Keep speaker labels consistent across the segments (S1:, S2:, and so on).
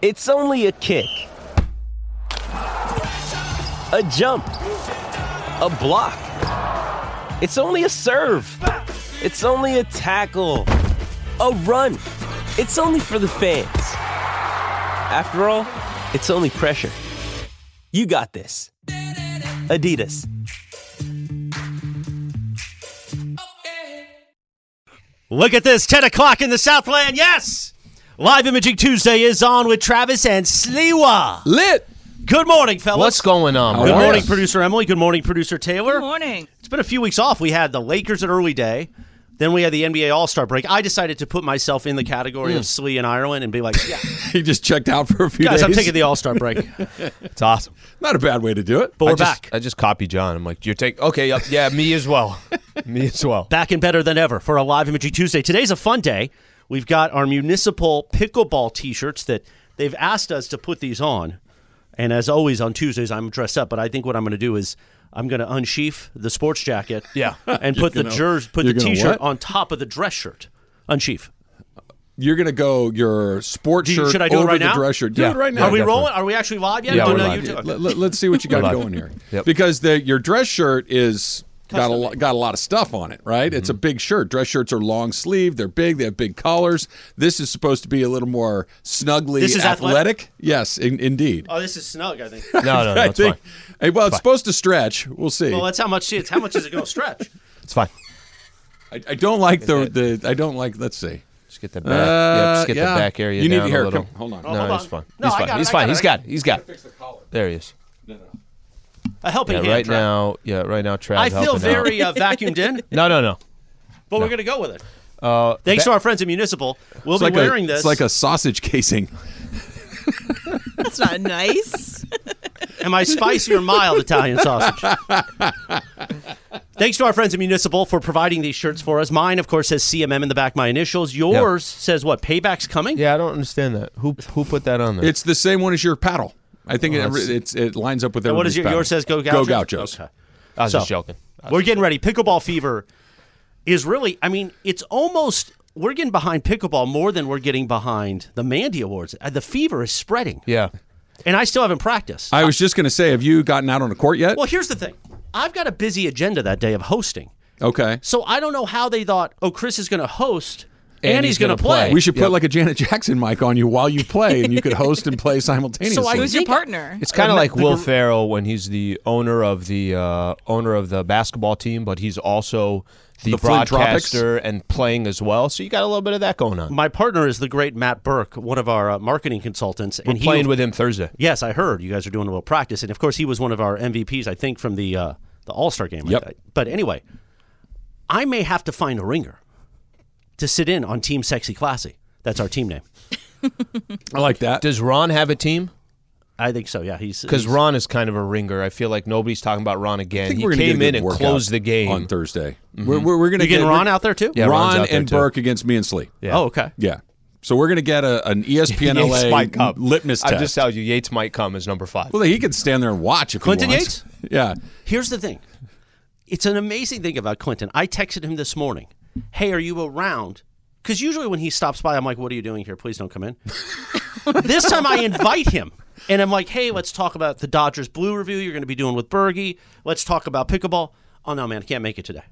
S1: It's only a kick, a jump, a block. It's only a serve. It's only a tackle, a run. It's only for the fans. After all, it's only pressure. You got this. Adidas.
S2: Look at this, 10 o'clock in the Southland. Yes! Live Imaging Tuesday is on with Travis and Sliwa.
S3: Lit.
S2: Good morning, fellas.
S4: What's going on?
S2: Good
S4: bro?
S2: morning, producer Emily. Good morning, producer Taylor.
S5: Good morning.
S2: It's been a few weeks off. We had the Lakers at early day. Then we had the NBA All Star break. I decided to put myself in the category of Slee in Ireland and be like, yeah,
S3: Hmm. He just checked out for a few
S2: guys,
S3: days.
S2: I'm taking the All Star break.
S4: It's awesome.
S3: Not a bad way to do it.
S2: But we're
S4: I just,
S2: back.
S4: I just copy John. I'm like, you're taking. Okay, yep, yeah, me as well. me as well.
S2: back and better than ever for a live imagery Tuesday. Today's a fun day. We've got our municipal pickleball T-shirts that they've asked us to put these on. And as always on Tuesdays, I'm dressed up. But I think what I'm going to do is I'm going to unsheath the sports jacket,
S4: Yeah.
S2: and put the
S3: gonna-
S2: jersey, put the
S3: you're gonna
S2: T-shirt
S3: what?
S2: on top of the dress shirt. Unsheath.
S3: You're gonna go your sport
S2: Do you-
S3: shirt
S2: should I do it
S3: over
S2: right
S3: the
S2: now?
S3: dress shirt. Do
S4: Yeah.
S3: it right now.
S2: Are we
S4: definitely.
S2: rolling? Are we actually live yet?
S4: Yeah,
S2: oh,
S4: we're
S2: no,
S4: live.
S2: you
S4: Yeah,
S2: do.
S3: Let, us see what you got
S4: live.
S3: going here.
S4: Yep.
S3: Because the, your dress shirt is got a lot, got a lot of stuff on it, right? It's a
S2: Mm-hmm.
S3: big shirt. Dress shirts are long sleeve. They're big. They have big collars. This is supposed to be a little more snugly
S2: This is athletic?
S3: Yes, in, indeed.
S2: Oh, this is snug. I think.
S4: No, no, no,
S3: I
S4: it's fine.
S3: think. Hey, well, it's supposed to stretch. We'll see.
S2: Well, that's how much it's. How much is it going to stretch?
S4: It's fine.
S3: I, I don't like the, the. I don't like. Let's see.
S4: Just get the back. yeah, just get
S3: Uh, yeah.
S4: the back area
S3: You need
S4: down
S3: the hair.
S4: a little.
S3: Come- hold on.
S4: No,
S3: Oh,
S2: hold
S4: he's
S2: on.
S4: fine.
S2: No,
S4: he's
S2: I
S4: fine.
S2: got it,
S4: he's
S2: I
S4: fine.
S2: got
S4: He's
S2: it.
S4: got it. He's got it.
S3: collar.
S4: There he is.
S2: A helping
S4: Yeah,
S2: hand.
S4: right
S2: Trav.
S4: now. Yeah, right now. Trav.
S2: I feel
S4: helping out.
S2: very uh, vacuumed in.
S4: No, no, no.
S2: But we're going to go with it.
S4: Uh,
S2: Thanks to our friends at Municipal, we'll be
S3: It's like,
S2: wearing
S3: a,
S2: this.
S3: it's like a sausage casing.
S5: That's not nice.
S2: Am I spicy or mild Italian sausage? Thanks to our friends at Municipal for providing these shirts for us. Mine, of course, says CMM in the back, my initials. Yours says what? Payback's coming?
S4: Yeah, I don't understand that. Who who put that on there? Oh,
S3: It's the same one as your paddle. I think it,
S4: that's-
S3: it's, it lines up with
S2: And
S3: everybody's
S2: what is your,
S3: paddle.
S2: yours says Go Gauchos?
S3: Go Gauchos.
S2: Okay.
S4: I was just
S2: so-
S4: joking.
S2: We're getting ready. Pickleball fever is really, I mean, it's almost, we're getting behind pickleball more than we're getting behind the Mandy Awards. Uh, The fever is spreading.
S4: Yeah.
S2: And I still haven't practiced.
S3: I was just going to say, have you gotten out on a court yet?
S2: well, here's the thing I've got a busy agenda that day of hosting.
S3: Okay.
S2: So I don't know how they thought, oh, Chris is going to host and,
S4: And
S2: he's,
S4: he's
S2: going to
S4: gonna
S2: play.
S4: play.
S3: We should put like a Janet Jackson mic on you while you play, and you could host and play simultaneously.
S2: I
S5: Who's your partner?
S4: It's
S3: Uh,
S4: kind of like Will Farrell when he's the owner of the uh, owner of the basketball team, but he's also the,
S3: The Flint Tropics?
S4: broadcaster and playing as well. So you got a little bit of that going on.
S2: My partner is the great Matt Burke, one of our uh, marketing consultants, and
S4: We're playing with him Thursday.
S2: Yes, I heard you guys are doing a little practice, and of course he was one of our MVPs, I think, from the uh, the All Star game.
S3: Yep.
S2: I- But anyway, I may have to find a ringer to sit in on Team Sexy Classy. That's our team name.
S3: I like that.
S4: Does Ron have a team?
S2: I think so. Yeah, he's
S4: Because
S2: he's-
S4: Ron is kind of a ringer. I feel like nobody's talking about Ron again. He
S3: we're gonna get
S4: came
S3: a
S4: in
S3: good
S4: and
S3: workout
S4: closed the game. Mm-hmm.
S3: on Thursday. We're, we're, we're going to
S2: you
S3: get
S2: getting Ron out there too.
S4: Yeah, Ron's
S3: Ron
S4: out there
S3: and
S4: too.
S3: Burke against me and Slee. Yeah.
S2: Oh, okay.
S3: So we're going to get a, an E ESPN
S4: Yates might
S3: LA
S4: come.
S3: litmus test.
S4: I just tell you, Yates might come as number five.
S3: well, he could stand there and watch if
S2: Clinton
S3: he wants. Yeah.
S2: Here's the thing. It's an amazing thing about Clinton. I texted him this morning. Hey, are you around? Because usually when he stops by, I'm like, "What are you doing here? Please don't come in." this time I invite him, and I'm like, "Hey, let's talk about the Dodgers Blue review you're going to be doing with Bergie. Let's talk about pickleball." Oh no, man, I can't make it today.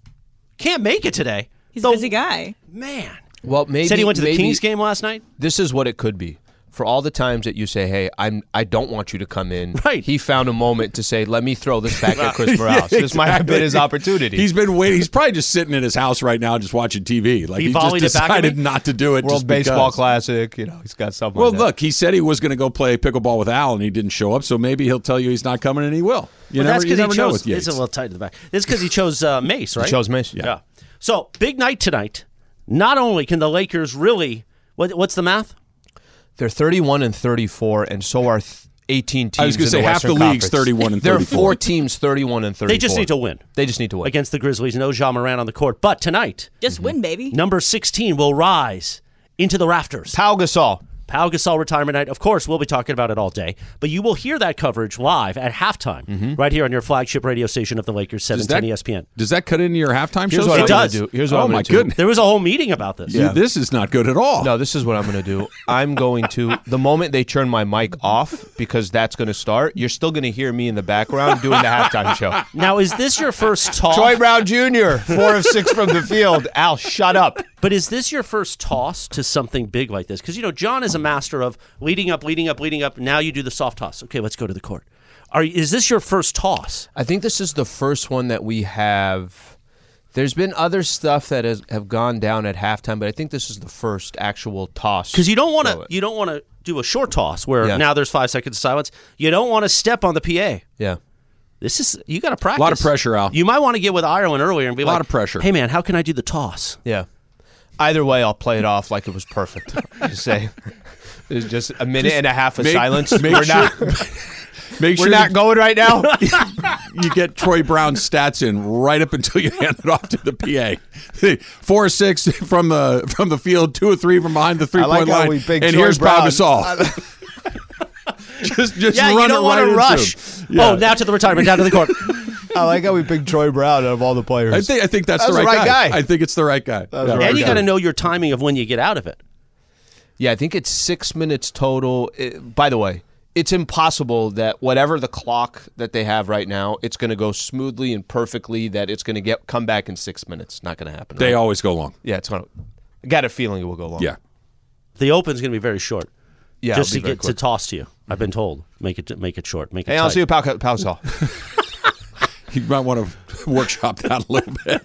S2: Can't make it today.
S5: He's
S2: The-
S5: a busy guy.
S2: Man,
S4: Well, maybe
S2: said he went to the
S4: maybe-
S2: Kings game last night.
S4: This is what it could be. For all the times that you say, "Hey, I'm I don't want you to come in,"
S2: Right.
S4: he found a moment to say, "Let me throw this back at Chris Morales." This might have been his opportunity.
S3: He's been waiting. He's probably just sitting in his house right now, just watching TV. Like
S2: He
S3: he, just
S2: volleyed it back at
S3: decided
S2: me?
S3: not to do it.
S4: World
S3: just
S4: Baseball
S3: because.
S4: Classic. You know, he's got something.
S3: Well,
S4: like that.
S3: look, he said he was going to go play pickleball with Al, and he didn't show up. So maybe he'll tell you he's not coming, and he will. You never,
S2: But that's
S3: you
S2: because
S3: never
S2: he
S3: know
S2: chose.
S3: with Yates.
S2: It's a little tight to the back. It's because he chose uh, Mace, right?
S4: He chose Mace. Yeah.
S2: So big night tonight. Not only can the Lakers really, what, what's the math?
S4: They're 31 and 34, and so are th- 18 teams.
S3: I was gonna
S4: in
S3: say,
S4: the
S3: half
S4: Western
S3: the league's
S4: Conference.
S3: 31 and
S4: There are
S3: 34.
S4: four teams 31 and 34.
S2: They just need to win
S4: They just need to win.
S2: against the Grizzlies. No Jean Moran on the court. But tonight,
S5: Just win, baby.
S2: number 16 will rise into the rafters.
S4: Pau Gasol.
S2: Pau Gasol retirement night. Of course, we'll be talking about it all day, but you will hear that coverage live at halftime right here on your flagship radio station of the Lakers, E 710 ESPN.
S3: Does Mm-hmm. that cut into your halftime
S4: Here's
S3: show?
S4: what I'm
S2: It
S4: gonna
S2: does.
S4: do. Here's what
S3: oh
S4: I'm gonna
S3: my
S4: do.
S3: goodness,
S2: There was a whole meeting about this.
S3: Dude, this is not good at all.
S4: No, this is what I'm going to do. I'm going to the moment they turn my mic off because that's going to start. You're still going to hear me in the background doing the halftime show.
S2: Now, is this your first talk?
S4: Troy Brown Jr. Four of six from the field. Al, shut up.
S2: But is this your first toss to something big like this? Because you know John is a master of leading up, leading up, leading up. Now you do the soft toss. Okay, let's go to the court. Are is this your first toss?
S4: I think this is the first one that we have. There's been other stuff that has, have gone down at halftime, but I think this is the first actual toss.
S2: Because you don't want to
S4: it.
S2: you don't want to do a short toss where
S4: Yeah.
S2: now there's five seconds of silence. You don't want to step on the PA.
S4: yeah.
S2: This is you got to practice.
S3: Lot of pressure, Al.
S2: You might want to get with Ireland earlier and be like,
S3: of pressure.
S2: Hey man, how can I do the toss?
S4: Yeah. Either way, I'll play it off like it was perfect. just say, there's just a minute and a half of
S3: make-
S4: silence.
S3: make
S4: we're
S3: sure-
S4: not,
S3: Make
S4: we're
S3: sure
S4: not going right now.
S3: you get Troy Brown's stats in right up until you hand it off to the PA. Four or six from the from the field, two or three from behind the three
S4: like
S3: point
S4: how
S3: line,
S4: we picked
S3: and
S4: Troy
S3: here's Bob
S4: Brown.
S3: Gasol. just just
S2: Yeah,
S3: run
S2: you don't
S3: it right
S2: want to
S3: into
S2: rush.
S3: him. Yeah.
S2: Oh, now to the retirement, down to the court.
S4: I like how we picked Troy Brown out of all the players.
S3: I think I think that's,
S4: That was
S3: the, right guy.
S4: guy.
S3: I think it's the right guy.
S4: was the right
S2: and you
S4: Okay.
S2: got to know your timing of when you get out of it.
S4: yeah, I think it's six minutes total. It- by the way, it's impossible that whatever the clock that they have right now, it's going to go smoothly and perfectly. That it's going to get come back in six minutes. Not going to happen.
S3: They
S4: right?
S3: always go long.
S4: Yeah, it's going. to I got a feeling it will go long.
S3: Yeah.
S2: The open's going to be very short.
S4: yeah.
S2: just
S4: it'll
S2: to
S4: be very
S2: get to
S4: quick.
S2: toss to you.
S3: Mm-hmm.
S2: I've been told make it make it short. Make it.
S4: Hey, I'll
S2: tight.
S4: see you, Pau. Pau Gasol.
S3: You might want to workshop that a little bit.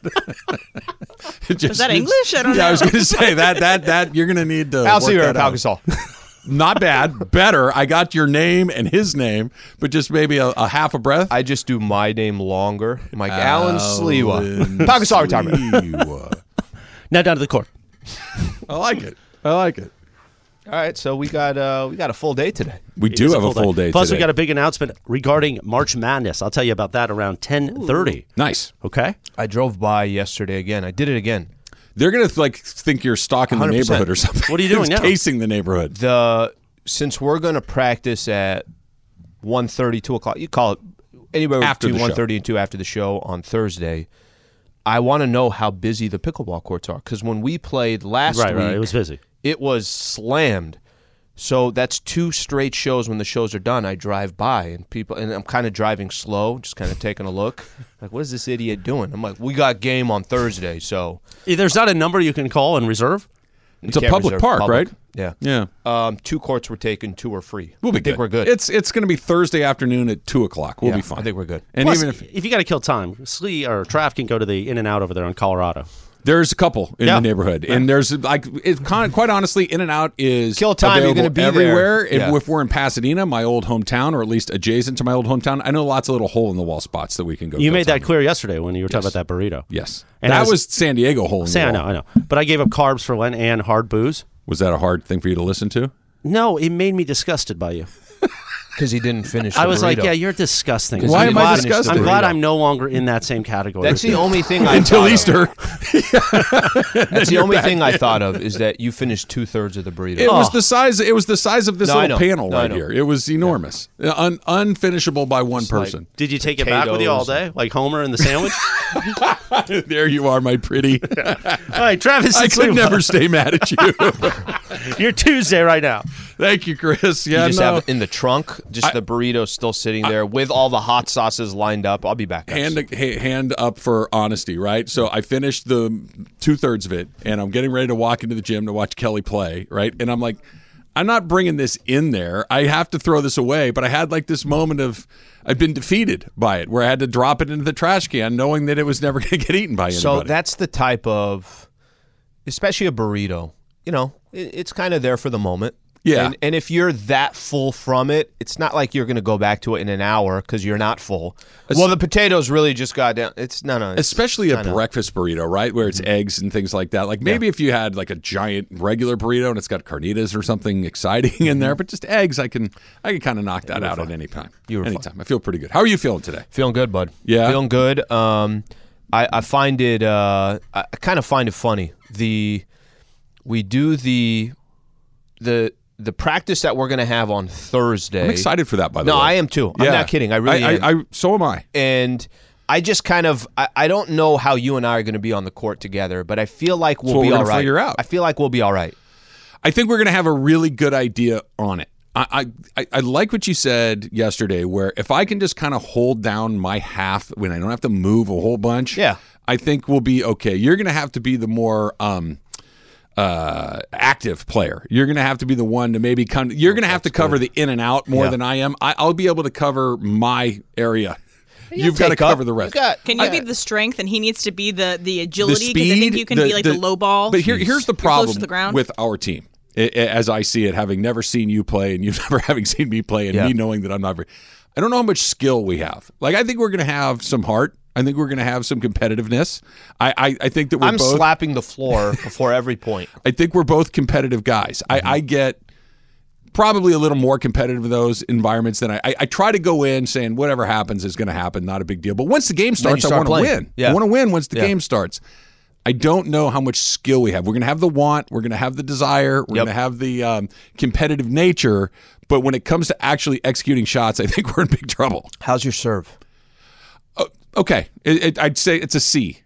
S3: just,
S5: Is that English? I don't
S3: yeah, I
S5: know.
S3: was going to say that that that you're going to need to.
S4: I'll see
S3: work
S4: you,
S3: that
S4: Pau
S3: out.
S4: Gasol.
S3: Not bad, better. I got your name and his name, but just maybe a, a half a breath.
S4: I just do my name longer. Mike Allen Sliwa.
S3: Alan
S4: Pau Gasol retirement.
S3: Sliwa.
S2: now down to the court.
S3: I like it. I like it.
S4: All right, so we got uh, we got a full day today.
S3: We
S2: It
S3: do
S2: is
S3: have a full day.
S2: Plus, we
S3: today.
S2: got a big announcement regarding March Madness. I'll tell you about that around ten thirty.
S3: nice.
S2: Okay.
S4: I drove by yesterday again. I did it again.
S3: They're gonna like think you're stalking the
S4: 100%.
S3: neighborhood or something.
S2: What are you doing
S3: Just
S2: now?
S3: Casing the neighborhood.
S4: the since we're going to practice at 1.30, 2 o'clock, you call it anywhere
S3: After
S4: between
S3: the show.
S4: 1.30 and 2 after the show on Thursday, I want to know how busy the pickleball courts are. Because when we played last
S2: Right,
S4: week,
S2: right, it was busy.
S4: It was slammed. So that's two straight shows. When the shows are done, I drive by and people, and I'm kind of driving slow, just kind of taking a look. Like, what is this idiot doing? I'm like, we got game on Thursday, so
S2: Eh, There's not a number you can call and reserve.
S3: It's a
S4: can't
S3: public
S4: reserve
S3: park,
S4: public.
S3: right?
S4: Yeah,
S3: Yeah.
S4: Um, two courts were taken, two were free.
S3: We'll be
S4: I think
S3: good.
S4: we're good.
S3: It's it's gonna be Thursday afternoon at two o'clock. We'll
S4: Yeah,
S3: be fine.
S4: I think we're good.
S3: And
S2: Plus,
S3: even if
S2: if you got to kill time, Slee or Traff can go to the In and Out over there in Colorado.
S3: There's a couple in
S2: Yeah.
S3: the neighborhood, and there's like it, con, quite honestly, In and Out is
S4: Kill time, you're
S3: available
S4: gonna be there.
S3: everywhere. If-
S4: Yeah.
S3: If, we're in Pasadena, my old hometown, or at least adjacent to my old hometown, I know lots of little hole in the wall spots that we can go.
S2: You
S3: kill
S2: made that
S3: time.
S2: clear yesterday when you were talking about that burrito.
S3: yes.
S2: And I
S3: that
S2: was-
S3: was San Diego hole in
S2: Say,
S3: the
S2: I
S3: wall.
S2: know, I know. But I gave up carbs for Lent and hard booze.
S3: Was that a hard thing for you to listen to?
S2: No, it made me disgusted by you.
S4: because he didn't finish.
S2: I
S4: the
S2: was like,
S4: burrito.
S2: yeah, you're disgusting.
S4: Why
S2: I'm
S4: am I
S2: glad-
S4: disgusting?
S2: I'm glad
S4: Burrito.
S2: I'm no longer in that same category.
S4: That's the only thing I
S3: Until
S4: thought of.
S3: Easter,
S4: That's the only thing I thought of is that you finished two thirds of the burrito.
S3: it was the size. It was the size of this
S4: Oh. No, I
S3: little
S4: know.
S3: panel
S4: No, I
S3: right
S4: know.
S3: here. It was enormous, Un- unfinishable by one
S4: like-
S3: person.
S2: Did you take it back with you all
S4: potatoes.
S2: day, like Homer and the sandwich?
S3: there you are, my pretty.
S2: all right, Travis,
S3: I
S2: it's
S3: could
S2: Lou.
S3: never stay mad at you.
S2: You're Tuesday right now.
S3: Thank you, Chris.
S4: you
S3: Yeah,
S4: just
S3: no.
S4: have it in the trunk, just the burrito still sitting there with all the hot sauces lined up. I'll be back. guys.
S3: hand ha- hand up for honesty, right? So I finished the two thirds of it, and I'm getting ready to walk into the gym to watch Kelly play, right? And I'm like, I'm not bringing this in there. I have to throw this away. But I had like this moment of I've been defeated by it, where I had to drop it into the trash can, knowing that it was never going to get eaten by anybody.
S4: So that's the type of, especially a burrito. You know, it, it's kind of there for the moment.
S3: Yeah.
S4: And, and if you're that full from it, it's not like you're going to go back to it in an hour because you're not full. well, the potatoes really just got down. It's no, no. It's,
S3: especially a breakfast burrito, right? Where it's
S4: Mm-hmm.
S3: eggs and things like that. Like maybe if you had like a giant regular burrito and it's got carnitas or something exciting in there, but just eggs, I can I can kind of knock that out at any time.
S4: Mm-hmm. You were fine.
S3: Anytime. I feel pretty good. How are you feeling today?
S4: Feeling good, bud.
S3: Yeah?
S4: Feeling good. Um, I, I find it, uh, I kind of find it funny. The, we do the, the, the practice that we're going to have on Thursday.
S3: I'm excited for that, by the
S4: no,
S3: way.
S4: I am too. I'm not kidding. I really am.
S3: I, so am I.
S4: and I just kind of I, I don't know how you and I are going to be on the court together, but I feel like we'll
S3: what
S4: be
S3: we're
S4: all
S3: gonna
S4: right.
S3: figure out.
S4: I feel like we'll be all right.
S3: I think we're going to have a really good idea on it. I, I, I- I like what you said yesterday, where if I can just kind of hold down my half when I don't have to move a whole bunch,
S4: Yeah.
S3: I think we'll be okay. You're going to have to be the more um, uh, active player. You're going to have to be the one to maybe come. You're going to have to cover the in and out more than I am. I, I'll be able to cover my area. You've got to
S4: Take up.
S3: cover the rest.
S4: You got-
S5: Can you be the strength and he needs to be the the
S3: the
S5: agility?
S3: speed.
S5: I think you can be like the, low ball.
S3: But here, here's the
S5: You're close to
S3: problem
S5: the ground.
S3: with our team, i- i- as I see it, having never seen you play and you never having seen me play, and
S4: Yeah.
S3: me knowing that I'm not very. I don't know how much skill we have. Like I think we're going to have some heart. I think we're going to have some competitiveness. I, I, I think that we're
S4: I'm
S3: both.
S4: slapping the floor before every point. Mm-hmm.
S3: I think we're both competitive guys. I, I get probably a little more competitive in those environments than I, I. I try to go in saying whatever happens is going to happen, not a big deal. But once the game starts,
S4: start
S3: I want to
S4: playing.
S3: win.
S4: Yeah.
S3: I want to win once the game starts. I don't know how much skill we have. We're going to have the want. We're going to have the desire. We're going to have the um, competitive nature. But when it comes to actually executing shots, I think we're in big trouble. Oh,
S4: How's your serve?
S3: Okay, it, it, I'd say it's a C.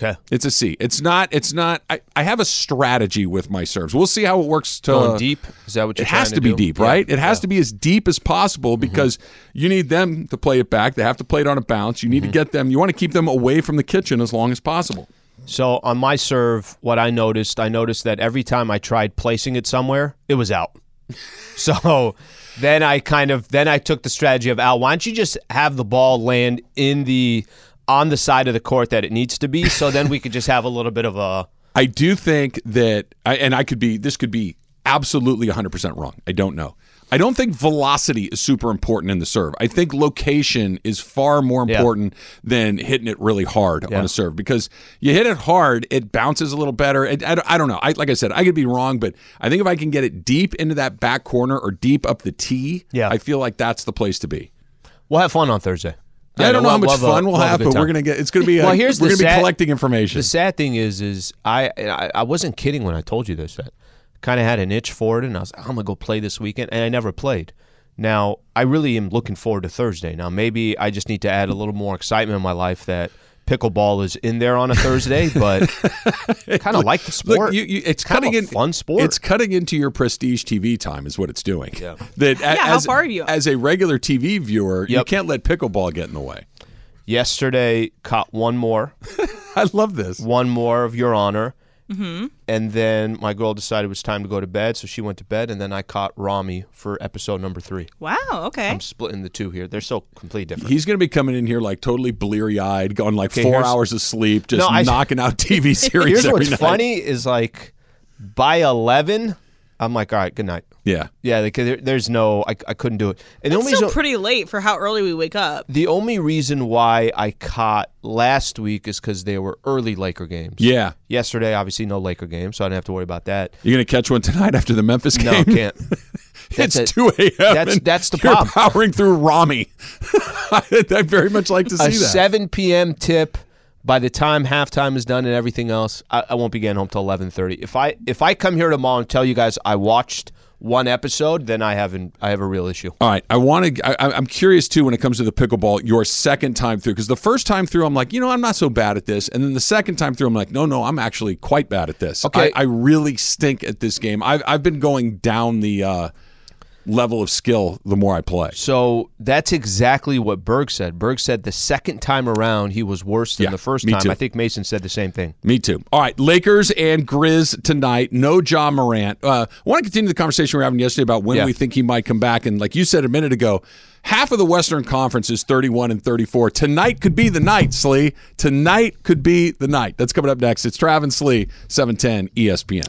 S4: Okay.
S3: It's a C. It's not. It's not. I, I have a strategy with my serves. We'll see how it works. uh, To
S4: Going deep? Is that what you're
S3: it
S4: trying
S3: has to,
S4: to
S3: be
S4: do?
S3: deep,
S4: Yeah. Mm-hmm.
S3: right? It has to be as deep as possible because you need them to play it back. They have to play it on a bounce. You need
S4: Mm-hmm.
S3: to get them. You want to keep them away from the kitchen as long as possible.
S4: So on my serve, what I noticed, I noticed that every time I tried placing it somewhere, it was out. so then I kind of then I took the strategy of Al, why don't you just have the ball land in the on the side of the court that it needs to be, so then we could just have a little bit of a
S3: I do think that, I, and I could be. This could be absolutely 100 percent wrong. I don't know. I don't think velocity is super important in the serve. I think location is far more important than hitting it really hard on a serve because you hit it hard, it bounces a little better. It, I, don't- I don't know. I, like I said, I could be wrong, but I think if I can get it deep into that back corner or deep up the tee,
S4: Yeah.
S3: I feel like that's the place to be.
S4: we'll have fun on Thursday.
S3: I don't know how
S4: we'll-
S3: much
S4: we'll
S3: fun
S4: a-
S3: we'll
S4: have a
S3: have,
S4: good
S3: but
S4: time.
S3: we're gonna get. It's gonna be.
S4: Well,
S3: a-
S4: here's
S3: we're
S4: the
S3: gonna be
S4: sad-
S3: collecting information.
S4: The sad thing is, is I, and I I wasn't kidding when I told you this. That kind of had an itch for it, and I was, I'm gonna go play this weekend, and I never played. Now I really am looking forward to Thursday. Now maybe I just need to add a little more excitement in my life that pickleball is in there on a Thursday, but kind of like the sport.
S3: Look, you, you, it's
S4: Kind of
S3: cutting
S4: a
S3: in
S4: fun sport.
S3: It's cutting into your prestige TV time, is what it's doing. Yeah. That a-
S5: how
S3: as,
S5: far are you?
S3: As a regular TV viewer, you
S4: Yep.
S3: can't let pickleball get in the way.
S4: Yesterday caught one more,
S3: I love this.
S4: one more of your honor.
S5: Mm-hmm.
S4: And then my girl decided it was time to go to bed, so she went to bed, and then I caught Rami for episode number three.
S5: wow. Okay.
S4: I'm splitting the two here. They're so completely different.
S3: He's going to be coming in here like totally bleary eyed, going like four
S4: here's-
S3: hours of sleep, just
S4: No, I-
S3: knocking out TV series.
S4: Here's
S3: every
S4: what's
S3: night.
S4: funny is like by 11, I'm like, all right, good night.
S3: Yeah.
S4: Yeah, like, there, there's no, I, I couldn't do it. And the
S5: It's
S4: only,
S5: still
S4: reason,
S5: pretty late for how early we wake up.
S4: the only reason why I caught last week is because they were early Laker games.
S3: Yeah.
S4: Yesterday, obviously, no Laker game, so I didn't have to worry about that.
S3: You're going to catch one tonight after the Memphis game?
S4: No, I can't.
S3: it's
S4: That's it.
S3: 2 a.m.
S4: That's-
S3: and
S4: that's the
S3: you're
S4: problem.
S3: powering through Rami. I'd very much like to see
S4: A
S3: that.
S4: 7 p.m. tip. By the time halftime is done and everything else, I, I won't be getting home till 11:30. If I if I come here tomorrow and tell you guys I watched one episode, then I haven't I have a real issue.
S3: All right, I want to. I, I'm curious too when it comes to the pickleball. Your second time through, because the first time through, I'm like, you know, I'm not so bad at this, and then the second time through, I'm like, no, no, I'm actually quite bad at this.
S4: Okay.
S3: I, I really stink at this game. I've I've been going down the uh, level of skill the more I play.
S4: So that's exactly what Berg said. Berg said the second time around he was worse than
S3: Yeah,
S4: the first
S3: me
S4: time.
S3: too.
S4: I think Mason said the same thing.
S3: Me too. All right, Lakers and Grizz tonight. No John Morant. Uh, I want to continue the conversation we were having yesterday about when
S4: Yeah.
S3: we think he might come back. And like you said a minute ago, half of the Western Conference is 31 and 34. Tonight could be the night, Slee. Tonight could be the night. That's coming up next. It's Travis Slee, E 710 ESPN.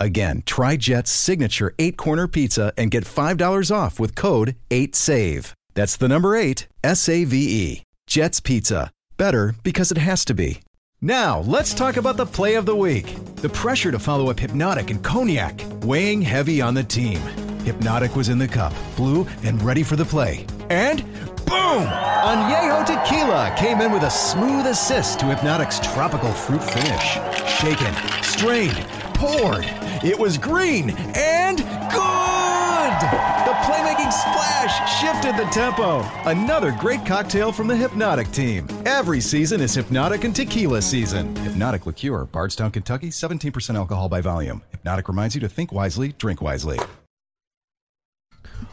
S6: Again, try Jet's signature eight corner pizza and get $5 off with code 8SAVE. That's the number eight, S A V E. Jets Pizza. Better because it has to be. Now, let's talk about the play of the week. The pressure to follow up Hypnotic and Cognac, weighing heavy on the team. Hypnotic was in the cup, blue, and ready for the play. And boom! Añejo Tequila came in with a smooth assist to Hypnotic's tropical fruit finish. Shaken, strained, poured. It was green and good! The playmaking splash shifted the tempo. Another great cocktail from the Hypnotic team. Every season is Hypnotic and Tequila season. Hypnotic Liqueur, Bardstown, Kentucky, 17% alcohol by volume. Hypnotic reminds you to think wisely, drink wisely.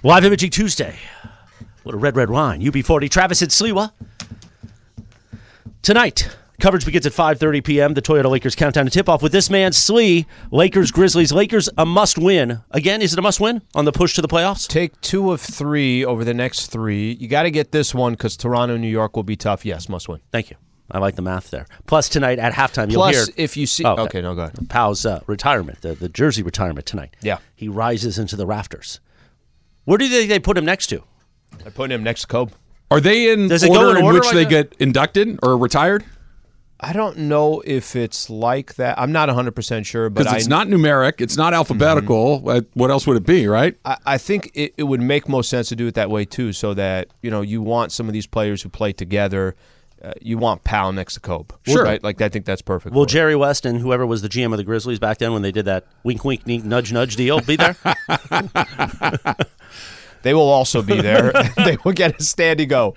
S2: Live Imaging Tuesday. What a red, red wine. UB40, Travis at Sliwa. Tonight, coverage begins at 5.30 p.m. The Toyota Lakers countdown to tip-off with this man, Slee. Lakers, Grizzlies. Lakers, a must-win. Again, is it a must-win on the push to the playoffs?
S4: Take two of three over the next three. You got to get this one because Toronto, New York will be tough. Yes, must win.
S2: Thank you. I like the math there. Plus, tonight at halftime, you'll
S4: Plus,
S2: hear...
S4: if you see,
S2: Oh,
S4: okay. no, go ahead.
S2: Powell's uh, retirement, the, the jersey retirement tonight.
S4: Yeah.
S2: He rises into the rafters. Where do you think they put him next to?
S4: I'm putting him next to Kobe.
S3: Are they in
S2: Does
S3: order
S2: it go in
S3: in
S2: order
S3: which
S2: right
S3: they
S2: now?
S3: get inducted or retired?
S4: I don't know if it's like that. I'm not 100 percent sure, but
S3: Because
S4: I
S3: it's not numeric, it's not alphabetical. Uh, What else would it be, right?
S4: I, I think it, it would make most sense to do it that way too, so that you know you want some of these players who play together. Uh, you want Powell next to Kobe,
S3: Sure.
S4: Right? Like I think that's perfect.
S2: Will
S4: for it.
S2: Jerry West and whoever was the GM of the Grizzlies back then when they did that wink, wink, wink, nudge, nudge deal be there?
S4: they will also be there. they will get a standing go.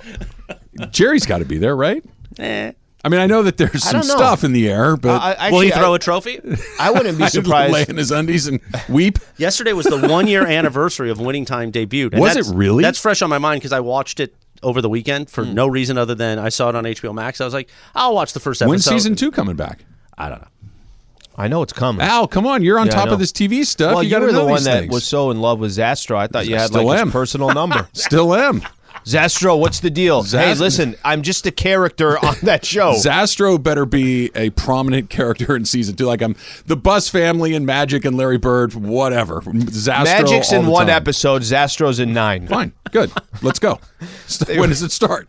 S3: Jerry's got to be there, right?
S2: Eh,
S3: I mean, I know that there's
S4: I
S3: some
S4: don't know.
S3: stuff in the air, but
S4: Uh, I, I-
S2: Will he
S4: actually,
S2: throw
S4: I-
S2: a trophy?
S4: I wouldn't be
S3: lay
S4: surprised.
S3: in his undies and weep.
S2: Yesterday was the one year anniversary of Winning Time debuted. and
S3: Was
S2: that's-
S3: it really? Hmm.
S2: That's fresh on my mind because I watched it over the weekend for no reason other than I saw it on HBO Max. I was like, I'll watch the first episode.
S3: When's season two coming back?
S2: I don't know.
S4: I know it's coming.
S3: Al, come on, you're on
S4: Yeah, I
S3: top
S4: know.
S3: of this TV stuff.
S4: well,
S3: you
S4: you
S3: got to
S4: were
S3: know
S4: the one
S3: these
S4: that
S3: things.
S4: was so in love with Zastro. I thought you
S3: I
S4: had
S3: still
S4: like
S3: am.
S4: his personal number.
S3: Still am.
S4: Zastro, what's the deal? Hey,
S3: Zast-
S4: listen, I'm just a character on that show.
S3: Zastro better be a prominent character in season two. Like I'm the Bus family and Magic and Larry Bird, whatever. Zastro
S4: Magic's
S3: all
S4: in
S3: the
S4: one
S3: time.
S4: episode. Zastro's in nine.
S3: Fine, good. Let's go. St- when does it start?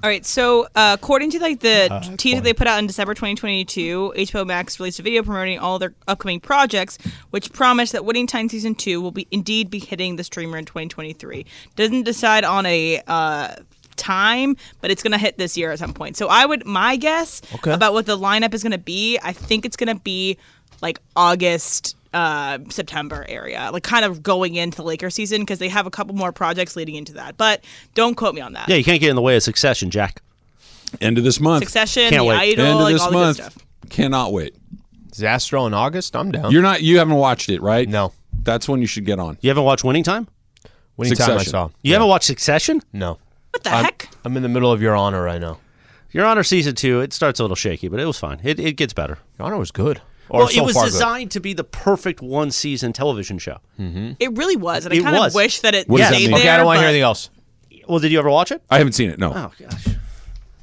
S5: All right. So, uh, according to like the teaser they put out in December 2022, HBO Max released a video promoting all their upcoming projects, which promised that Winning Time season two will be indeed be hitting the streamer in 2023. Doesn't decide on a uh, time, but it's going to hit this year at some point. So, I would my guess
S4: Okay.
S5: about what the lineup is going to be. I think it's going to be like August. Uh, September area, like kind of going into Laker season because they have a couple more projects leading into that. But don't quote me on that.
S2: Yeah, you can't get in the way of succession, Jack.
S3: End of this month.
S5: Succession,
S2: Can't
S5: The
S2: wait.
S5: Idol,
S3: End of
S5: like
S3: this
S5: all
S3: month.
S5: the good stuff.
S3: Cannot wait.
S4: Zastro in August? I'm down.
S3: You're not. You haven't watched it, right?
S4: No.
S3: That's when you should get on.
S2: You haven't watched Winning Time?
S4: Winning time I
S3: Succession.
S4: saw.
S2: You haven't watched Succession?
S4: No.
S5: What the
S4: I'm,
S5: heck?
S4: I'm in the middle of Your Honor right now.
S2: Your Honor season two, it starts a little shaky, but it was fine. It, it gets better.
S4: Your Honor was good. Or
S2: Well,
S4: so
S2: it was
S4: far
S2: designed to be the perfect one season television show.
S4: Mm-hmm.
S5: It really was, and I
S2: It
S5: kind
S2: was.
S5: of wish that it
S3: What does that
S5: stayed
S4: good.
S3: mean?
S5: there.
S4: Okay, I don't want to hear
S5: but-
S4: anything else.
S2: Well, did you ever watch it?
S3: I haven't seen it. No.
S2: Oh gosh.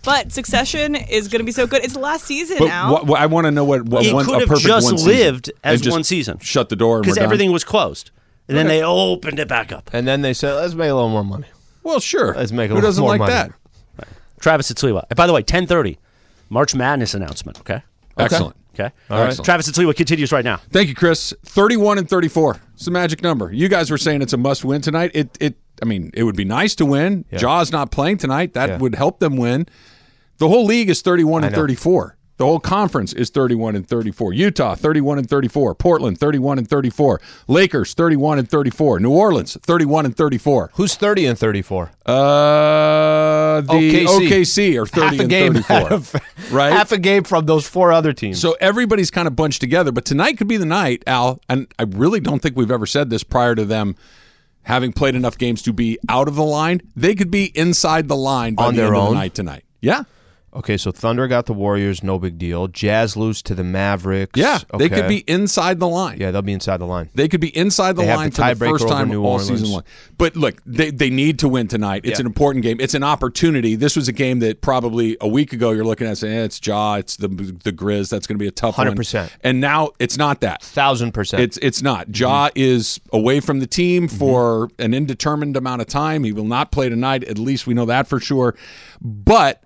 S5: But Succession is going to be so good. It's the last season
S3: But
S5: now.
S3: wha- wha- I want to know what, what
S2: It
S3: one,
S2: could
S3: a
S2: have
S3: perfect
S2: just
S3: one
S2: lived
S3: season.
S2: as
S3: And just
S2: one season.
S3: Shut the door and
S2: Because
S3: we're done?
S2: everything was closed. And then they opened it back up.
S4: And then they said, let's make a little more money.
S3: Well, sure.
S4: Let's make a
S3: Who
S4: little
S3: doesn't
S4: more
S3: like
S4: money.
S3: that?
S2: Travis Atsliwa. By the way, 1030, March Madness announcement, okay?
S3: Excellent.
S2: Okay.
S3: All right. Excellent.
S2: Travis Atsliwa continues right now.
S3: Thank you, Chris. Thirty-one and thirty-four. It's a magic number. You guys were saying it's a must-win tonight. It, it. I mean, it would be nice to win. Jaw's not playing tonight. That
S4: Yeah.
S3: would help them win. The whole league is thirty-one and
S4: know.
S3: thirty-four. The whole conference is thirty-one and thirty-four. Utah thirty-one and thirty-four. Portland thirty-one and thirty-four. Lakers thirty-one and thirty-four. New Orleans thirty-one and thirty-four.
S4: Who's 30 and 34?
S3: Uh, the
S4: OKC.
S3: OKC, are thirty
S4: half a
S3: and
S4: game
S3: thirty-four.
S4: out of-
S3: right?
S4: Half a game from those four other teams.
S3: So everybody's kind of bunched together, but tonight could be the night, Al. And I really don't think we've ever said this prior to them having played enough games to be out of the line. They could be inside the line by
S4: On
S3: the
S4: their
S3: end of
S4: own?
S3: the night tonight. Yeah,
S4: Okay, so Thunder got the Warriors, no big deal. Jazz lose to the Mavericks.
S3: Yeah,
S4: okay.
S3: they could be inside the line.
S4: Yeah, they'll be inside the line.
S3: They could be inside the
S4: They have
S3: line
S4: the
S3: for the
S4: tiebreaker
S3: first
S4: over
S3: time
S4: New
S3: all
S4: Orleans.
S3: season long. But look, they, they need to win tonight. It's
S4: Yeah.
S3: an important game. It's an opportunity. This was a game that probably a week ago you're looking at saying, eh, it's Jaw, it's the the Grizz. That's going to be a tough one.
S4: 100%.
S3: And now it's not that.
S4: Thousand percent. Mm-hmm.
S3: It's it's not. Jaw is away from the team for an indeterminate amount of time. He will not play tonight. At least we know that for sure. But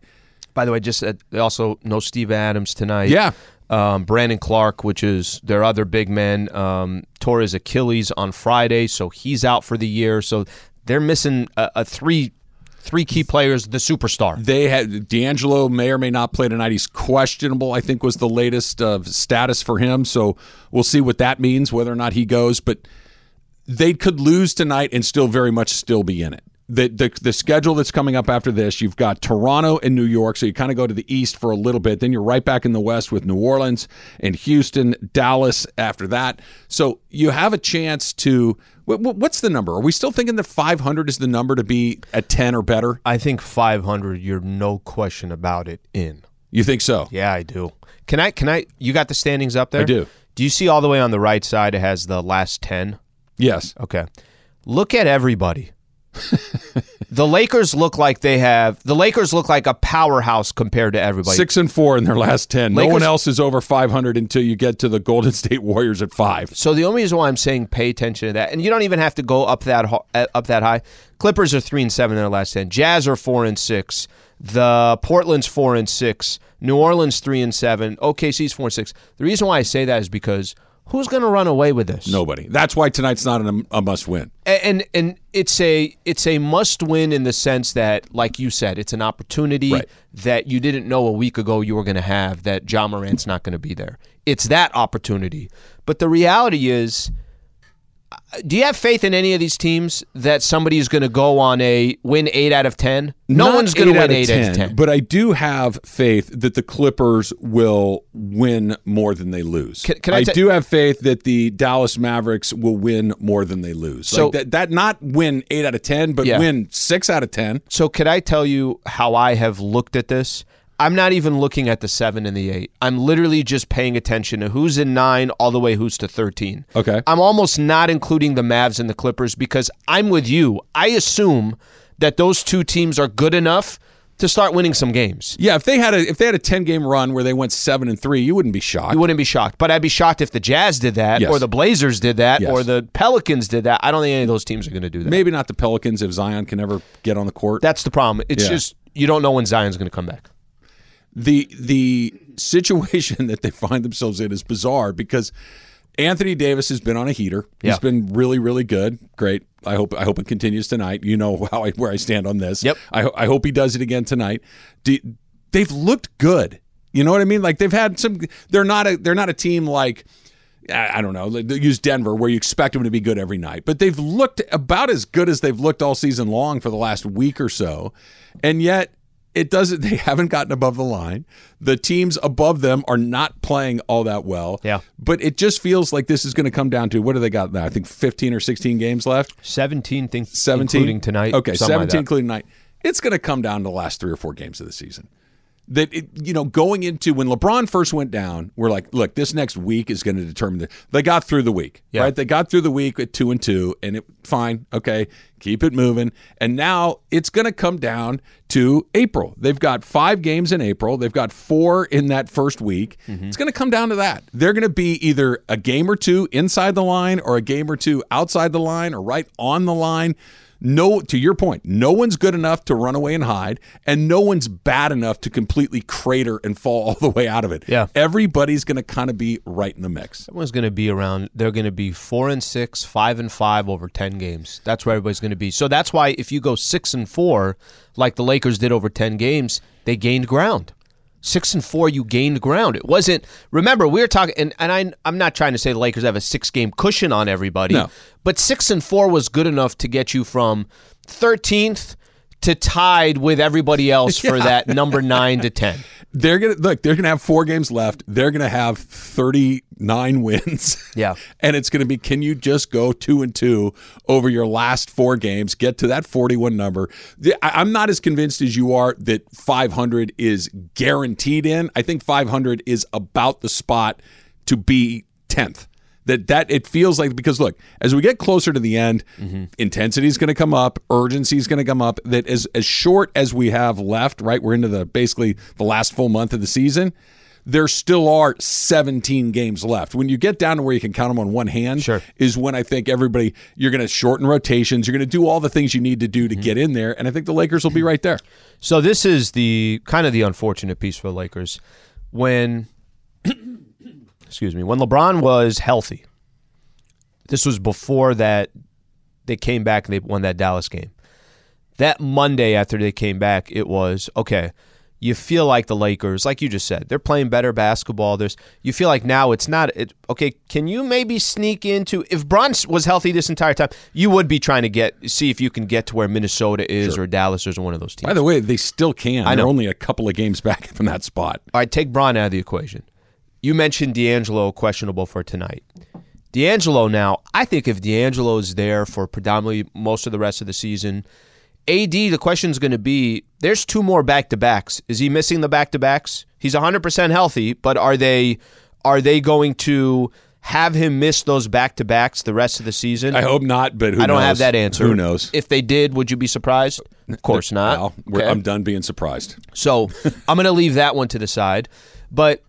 S4: By the way, just uh, also no Steve Adams tonight.
S3: Yeah.
S4: Um, Brandon Clark, which is their other big man, um, tore his Achilles on Friday, so he's out for the year. So they're missing a, a three three key players, the superstar.
S3: They had D'Angelo may or may not play tonight. He's questionable. I think was the latest uh, status for him. So we'll see what that means, whether or not he goes. But they could lose tonight and still very much still be in it. The, the, the schedule that's coming up after this, you've got Toronto and New York, so you kind of go to the east for a little bit. Then you're right back in the west with New Orleans and Houston, Dallas after that. So you have a chance to. wh- wh- What's the number? Are we still thinking that 500 is the number to be at 10 or better?
S4: I think 500. You're no question about it in.
S3: You think so?
S4: Yeah, I do. Can I? Can I? You got the standings up there?
S3: I do.
S4: Do you see all the way on the right side? It has the last ten.
S3: Yes.
S4: Okay. Look at everybody. the Lakers look like they have the Lakers look like a powerhouse compared to everybody.
S3: six and four in their last ten. no
S4: Lakers-
S3: one else is over five hundred until you get to the Golden State Warriors at five.
S4: So the only reason why I'm saying pay attention to that, and you don't even have to go up that ho- uh, up that high. Clippers are three and seven in their last ten. Jazz are four and six. The Portland's four and six. New Orleans three and seven. OKC's four and six. The reason why I say that is because who's going to run away with this?
S3: Nobody. That's why tonight's not an, a must win.
S4: and and it's a it's a must win in the sense that like you said it's an opportunity
S3: Right.
S4: that you didn't know a week ago you were going to have that John Morant's not going to be there it's that opportunity but the reality is uh, do you have faith in any of these teams that somebody is going to go on a win 8 out of 10 no
S3: Not
S4: one's going to win
S3: eight out of
S4: 8 out of 10
S3: But I do have faith that the Clippers will win more than they lose.
S4: Can- can I
S3: I
S4: ta-
S3: do have faith that the Dallas Mavericks will win more than they lose.
S4: So-
S3: like that, that not win eight out of ten, but
S4: Yeah.
S3: win six out of ten.
S4: So, could I tell you how I have looked at this? I'm not even looking at the seven and the eight. I'm literally just paying attention to who's in nine all the way who's to 13.
S3: Okay.
S4: I'm almost not including the Mavs and the Clippers because I'm with you. I assume that those two teams are good enough to start winning some games.
S3: Yeah, if they had a if they had a ten game run where they went seven and three, you wouldn't be shocked.
S4: You wouldn't be shocked, but I'd be shocked if the Jazz did that
S3: Yes.
S4: or the Blazers did that
S3: Yes.
S4: or the Pelicans did that. I don't think any of those teams are going to do that.
S3: Maybe not the Pelicans if Zion can ever get on the court.
S4: That's the problem. It's
S3: Yeah.
S4: just you don't know when Zion's going to come back.
S3: the the situation that they find themselves in is bizarre because Anthony Davis has been on a heater.
S4: Yeah.
S3: He's been really, really good. Great. I hope I hope it continues tonight. You know how I, where I stand on this.
S4: Yep.
S3: I, ho- I hope he does it again tonight. Do, they've looked good. You know what I mean? Like they've had some. They're not a they're not a team like I I don't know. like, Use Denver where you expect them to be good every night, but they've looked about as good as they've looked all season long for the last week or so, and yet it doesn't. They haven't gotten above the line. The teams above them are not playing all that well.
S4: Yeah.
S3: but it just feels like this is going to come down to what do they got now? I think fifteen or sixteen games left.
S4: 17 things
S3: 17
S4: including tonight.
S3: Okay,
S4: something like
S3: 17
S4: that.
S3: including tonight. It's going to come down to the last three or four games of the season. That it, you know, going into when LeBron first went down, we're like, look, this next week is going to determine. The, they got through the week,
S4: Yeah.
S3: right? They got through the week at two and two, and it fine, okay, keep it moving. And now it's going to come down to April. They've got five games in April. They've got four in that first week. It's going to come down to that. They're going to be either a game or two inside the line, or a game or two outside the line, or right on the line. No, to your point, no one's good enough to run away and hide, and no one's bad enough to completely crater and fall all the way out of it.
S4: Yeah.
S3: everybody's going to kind of be right in the mix.
S4: Everyone's going to be around. They're going to be four and six, five and five over ten games. That's where everybody's going to be. So that's why if you go six and four, like the Lakers did over ten games, they gained ground. Six and four, you gained ground. It wasn't. Remember, we were talking, and, and I, I'm not trying to say the Lakers have a six game cushion on everybody.
S3: No.
S4: But six and four was good enough to get you from 13th to tied with everybody else for that number nine to ten.
S3: They're gonna look. They're gonna have four games left. They're gonna have thirty nine wins.
S4: Yeah.
S3: and it's gonna be can you just go two and two over your last four games, get to that forty one number? The- I- I'm not as convinced as you are that five hundred is guaranteed in. I think five hundred is about the spot to be tenth. That that it feels like because look, as we get closer to the end,
S4: Mm-hmm.
S3: intensity is going to come up, urgency is going to come up. That as as short as we have left, right, we're into the basically the last full month of the season. There still are 17 games left. When you get down to where you can count them on one hand,
S4: Sure.
S3: is when I think everybody you're going to shorten rotations, you're going to do all the things you need to do to get in there, and I think the Lakers will be right there.
S4: Mm-hmm. So this is the kind of the unfortunate piece for the Lakers when excuse me, when LeBron was healthy. This was before that they came back and they won that Dallas game. That Monday after they came back, it was okay. You feel like the Lakers, like you just said, they're playing better basketball. There's you feel like now it's not it, okay. Can you maybe sneak into if Bron was healthy this entire time, you would be trying to get see if you can get to where Minnesota is or Dallas is or one of those teams.
S3: By the way, they still can.
S4: I
S3: They're
S4: know.
S3: only a couple of games back from that spot.
S4: All right, take Braun out of the equation. You mentioned D'Angelo questionable for tonight. D'Angelo now, I think if D'Angelo's there for predominantly most of the rest of the season, AD, the question's going to be there's two more back to backs. Is he missing the back to backs? He's 100% healthy, but are they are they going to have him miss those back to backs the rest of the season?
S3: I hope not, but who
S4: I don't have
S3: knows?
S4: that answer.
S3: Who knows?
S4: If they did, would you be surprised? Of course not.
S3: Well, we're,
S4: Okay.
S3: I'm done being surprised.
S4: So I'm going to leave that one to the side. But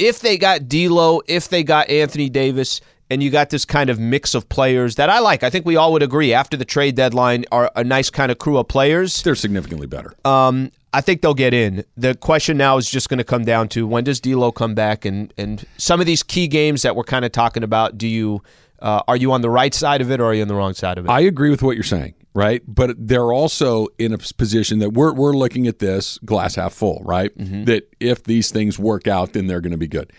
S4: if they got D'Lo, if they got Anthony Davis, and you got this kind of mix of players that I like, I think we all would agree after the trade deadline are a nice kind of crew of players.
S3: They're significantly better.
S4: Um, I think they'll get in. The question now is just going to come down to when does D'Lo come back, and and some of these key games that we're kind of talking about. Do you uh, are you on the right side of it or are you on the wrong side of it?
S3: I agree with what you're saying, right? But they're also in a position that we're we're looking at this glass half full, right?
S4: Mm-hmm.
S3: That if these things work out, then they're going to be good.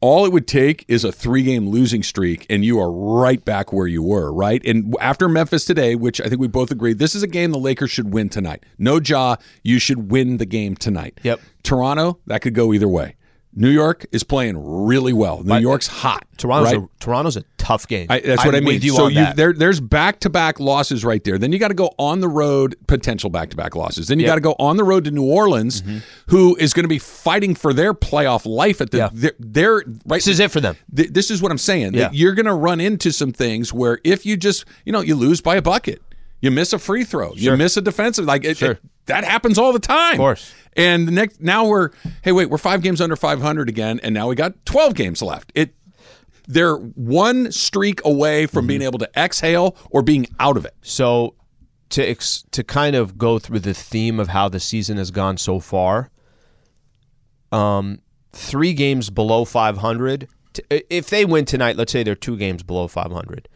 S3: All it would take is a three game losing streak, and you are right back where you were, right? And after Memphis today, which I think we both agree, this is a game the Lakers should win tonight. No jaw, you should win the game tonight.
S4: Yep.
S3: Toronto, that could go either way. New York is playing really well. New York's hot.
S4: Toronto's
S3: right?
S4: a, Toronto's a tough game.
S3: I, that's what i
S4: I'm
S3: mean.
S4: with you
S3: so
S4: on
S3: you
S4: that.
S3: there, there's back to back losses right there. Then you got to go on the road, potential back to back losses. Then you got to go on the road to New Orleans,
S4: Mm-hmm.
S3: who is going to be fighting for their playoff life at the
S4: Yeah.
S3: their, their right.
S4: This is it for them.
S3: Th- this is what I'm saying. that
S4: Yeah.
S3: You're going to run into some things where if you just you know you lose by a bucket, you miss a free throw, you miss a defensive like it, it- that happens all the time. Of
S4: course.
S3: And the next now we're hey wait we're five games under 500 again, and now we got 12 games left. It they're one streak away
S4: Mm-hmm.
S3: from being able to exhale or being out of it.
S4: So to ex- to kind of go through the theme of how the season has gone so far, um, three games below 500. T- If they win tonight, let's say they're two games below 500.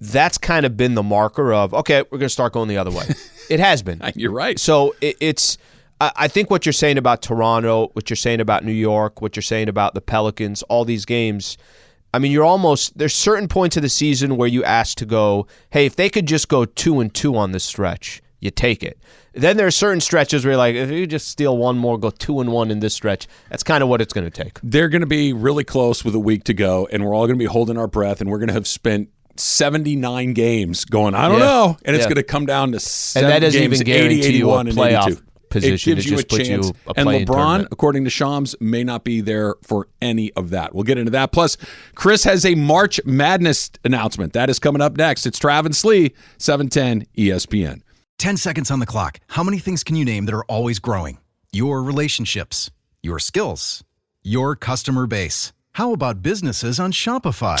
S4: That's kind of been the marker of okay, we're going to start going the other way. it has been.
S3: You're right.
S4: So it, it's. I I think what you're saying about Toronto, what you're saying about New York, what you're saying about the Pelicans, all these games. I mean, you're almost there's certain points of the season where you ask to go, hey, if they could just go two and two on this stretch, you take it. Then there are certain stretches where you're like, if you just steal one more, go two and one in this stretch, that's kind of what it's going to take.
S3: they're going to be really close with a week to go, and we're all going to be holding our breath, and we're going to have spent 79 games going, I don't
S4: Yeah.
S3: know. And it's
S4: Yeah.
S3: going to come down to
S4: And
S3: seven
S4: that doesn't
S3: games,
S4: even guarantee
S3: 80,
S4: you a
S3: 81, and
S4: playoff
S3: 82.
S4: position.
S3: It gives
S4: It
S3: you
S4: just
S3: a
S4: puts you
S3: chance.
S4: a
S3: and
S4: play-in
S3: LeBron,
S4: tournament.
S3: according to Shams, may not be there for any of that. We'll get into that. Plus, Chris has a March Madness announcement. That is coming up next. It's Travis Slee, 710 ESPN.
S6: 10 seconds on the clock. How many things can you name that are always growing? Your relationships, your skills, your customer base. How about businesses on Shopify?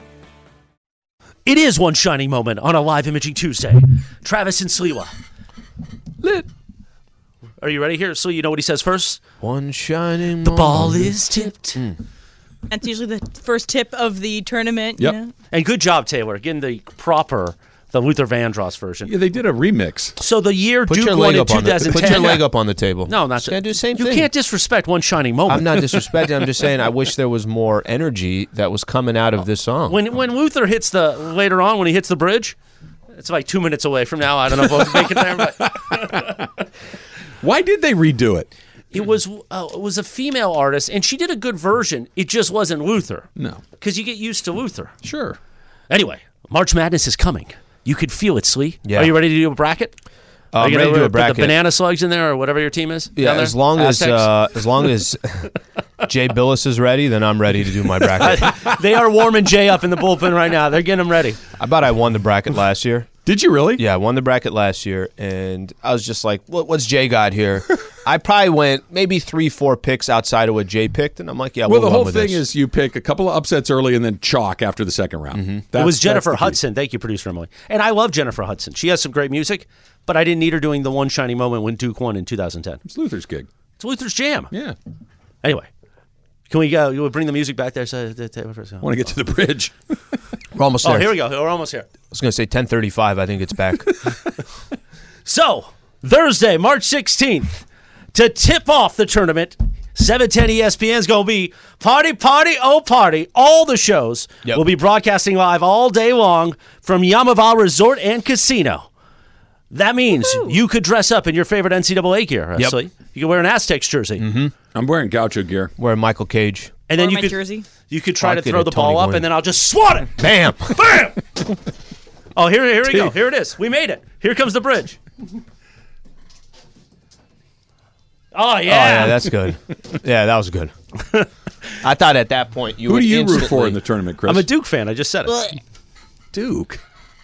S2: It is one shining moment on a live imaging Tuesday. Travis and Sliwa. Lit. Are you ready here? So you know what he says first?
S4: One shining
S2: The ball is tipped.
S5: That's usually the first tip of the tournament.
S3: Yep.
S5: You know?
S2: And good job, Taylor, getting the proper, the Luther Vandross version.
S3: Yeah, they did a remix.
S2: So the year
S4: Put
S2: Duke
S4: your
S2: won
S4: leg
S2: in
S4: up on the
S2: 2010.
S4: put your leg up on the table.
S2: No, not
S4: Just gotta do the same
S2: you
S4: thing.
S2: can't disrespect one shining moment.
S4: I'm not disrespecting. I'm just saying I wish there was more energy that was coming out of this song.
S2: when when Luther hits the later on when he hits the bridge, it's like two minutes away from now. I don't know if I'll make it there, but
S3: Why did they redo it?
S2: it was uh, it was a female artist and she did a good version. It just wasn't Luther.
S3: No.
S2: because you get used to Luther.
S3: Sure.
S2: Anyway, March Madness is coming. You could feel it, Slee.
S4: Yeah. Uh,
S2: Are you ready to do a bracket? Are
S4: I'm
S2: you
S4: ready
S2: gonna
S4: to do a
S2: put
S4: bracket.
S2: The banana slugs in there, or whatever your team is.
S4: yeah,
S2: down there?
S4: as long as
S2: Aztecs?
S4: uh, as long as Jay Billis is ready, then I'm ready to do my bracket.
S2: they are warming Jay up in the bullpen right now. They're getting him ready.
S4: I bet I won the bracket last year.
S3: Did you really?
S4: Yeah, I won the bracket last year, and I was just like, what, "What's Jay got here?" I probably went maybe three, four picks outside of what Jay picked, and I'm like, "Yeah,
S3: Well,
S4: we'll
S3: the
S4: run
S3: whole
S4: with
S3: thing
S4: this.
S3: is you pick a couple of upsets early and then chalk after the second round.
S2: Mm-hmm. It
S3: That's-
S2: was Jennifer
S3: that's the key.
S2: Hudson. Thank you, producer Emily. And I love Jennifer Hudson. She has some great music, but I didn't need her doing the one shiny moment when Duke won in 2010.
S3: It's Luther's gig.
S2: It's Luther's jam.
S3: Yeah.
S2: Anyway, can we go? You would bring the music back there. So,
S3: I want to get to the bridge.
S4: we're almost
S2: oh,
S4: there."
S2: here we go. We're almost here.
S4: I was gonna say 10:35. I think it's back.
S2: So Thursday, March 16th, to tip off the tournament. E 710 ESPN's going to be party, party, oh, party. All the shows
S4: Yep.
S2: will be broadcasting live all day long from Yamava Resort and Casino. That means you could dress up in your favorite NCAA gear.
S4: Yep.
S2: Ashley. You could wear an Aztecs jersey.
S4: Mm-hmm.
S3: I'm wearing gaucho gear.
S4: We're in Michael Cage. Oh,
S2: And then
S5: Or
S2: you
S5: my
S2: could,
S5: jersey.
S2: you could try
S4: I'll
S2: to
S4: get
S2: throw
S4: a
S2: the
S4: Tony
S2: ball up
S4: Gwynn.
S2: and then I'll just swat it.
S4: Bam.
S2: Bam! oh, here, here we go. Here it is. We made it. Here comes the bridge. Oh
S4: Oh
S2: yeah.
S4: yeah, that's good. Yeah, that was good. I thought at that point you
S3: Who
S4: would
S3: do you root for
S4: instantly-
S3: in the tournament, Chris?
S2: I'm a Duke fan. I just said it.
S3: Duke.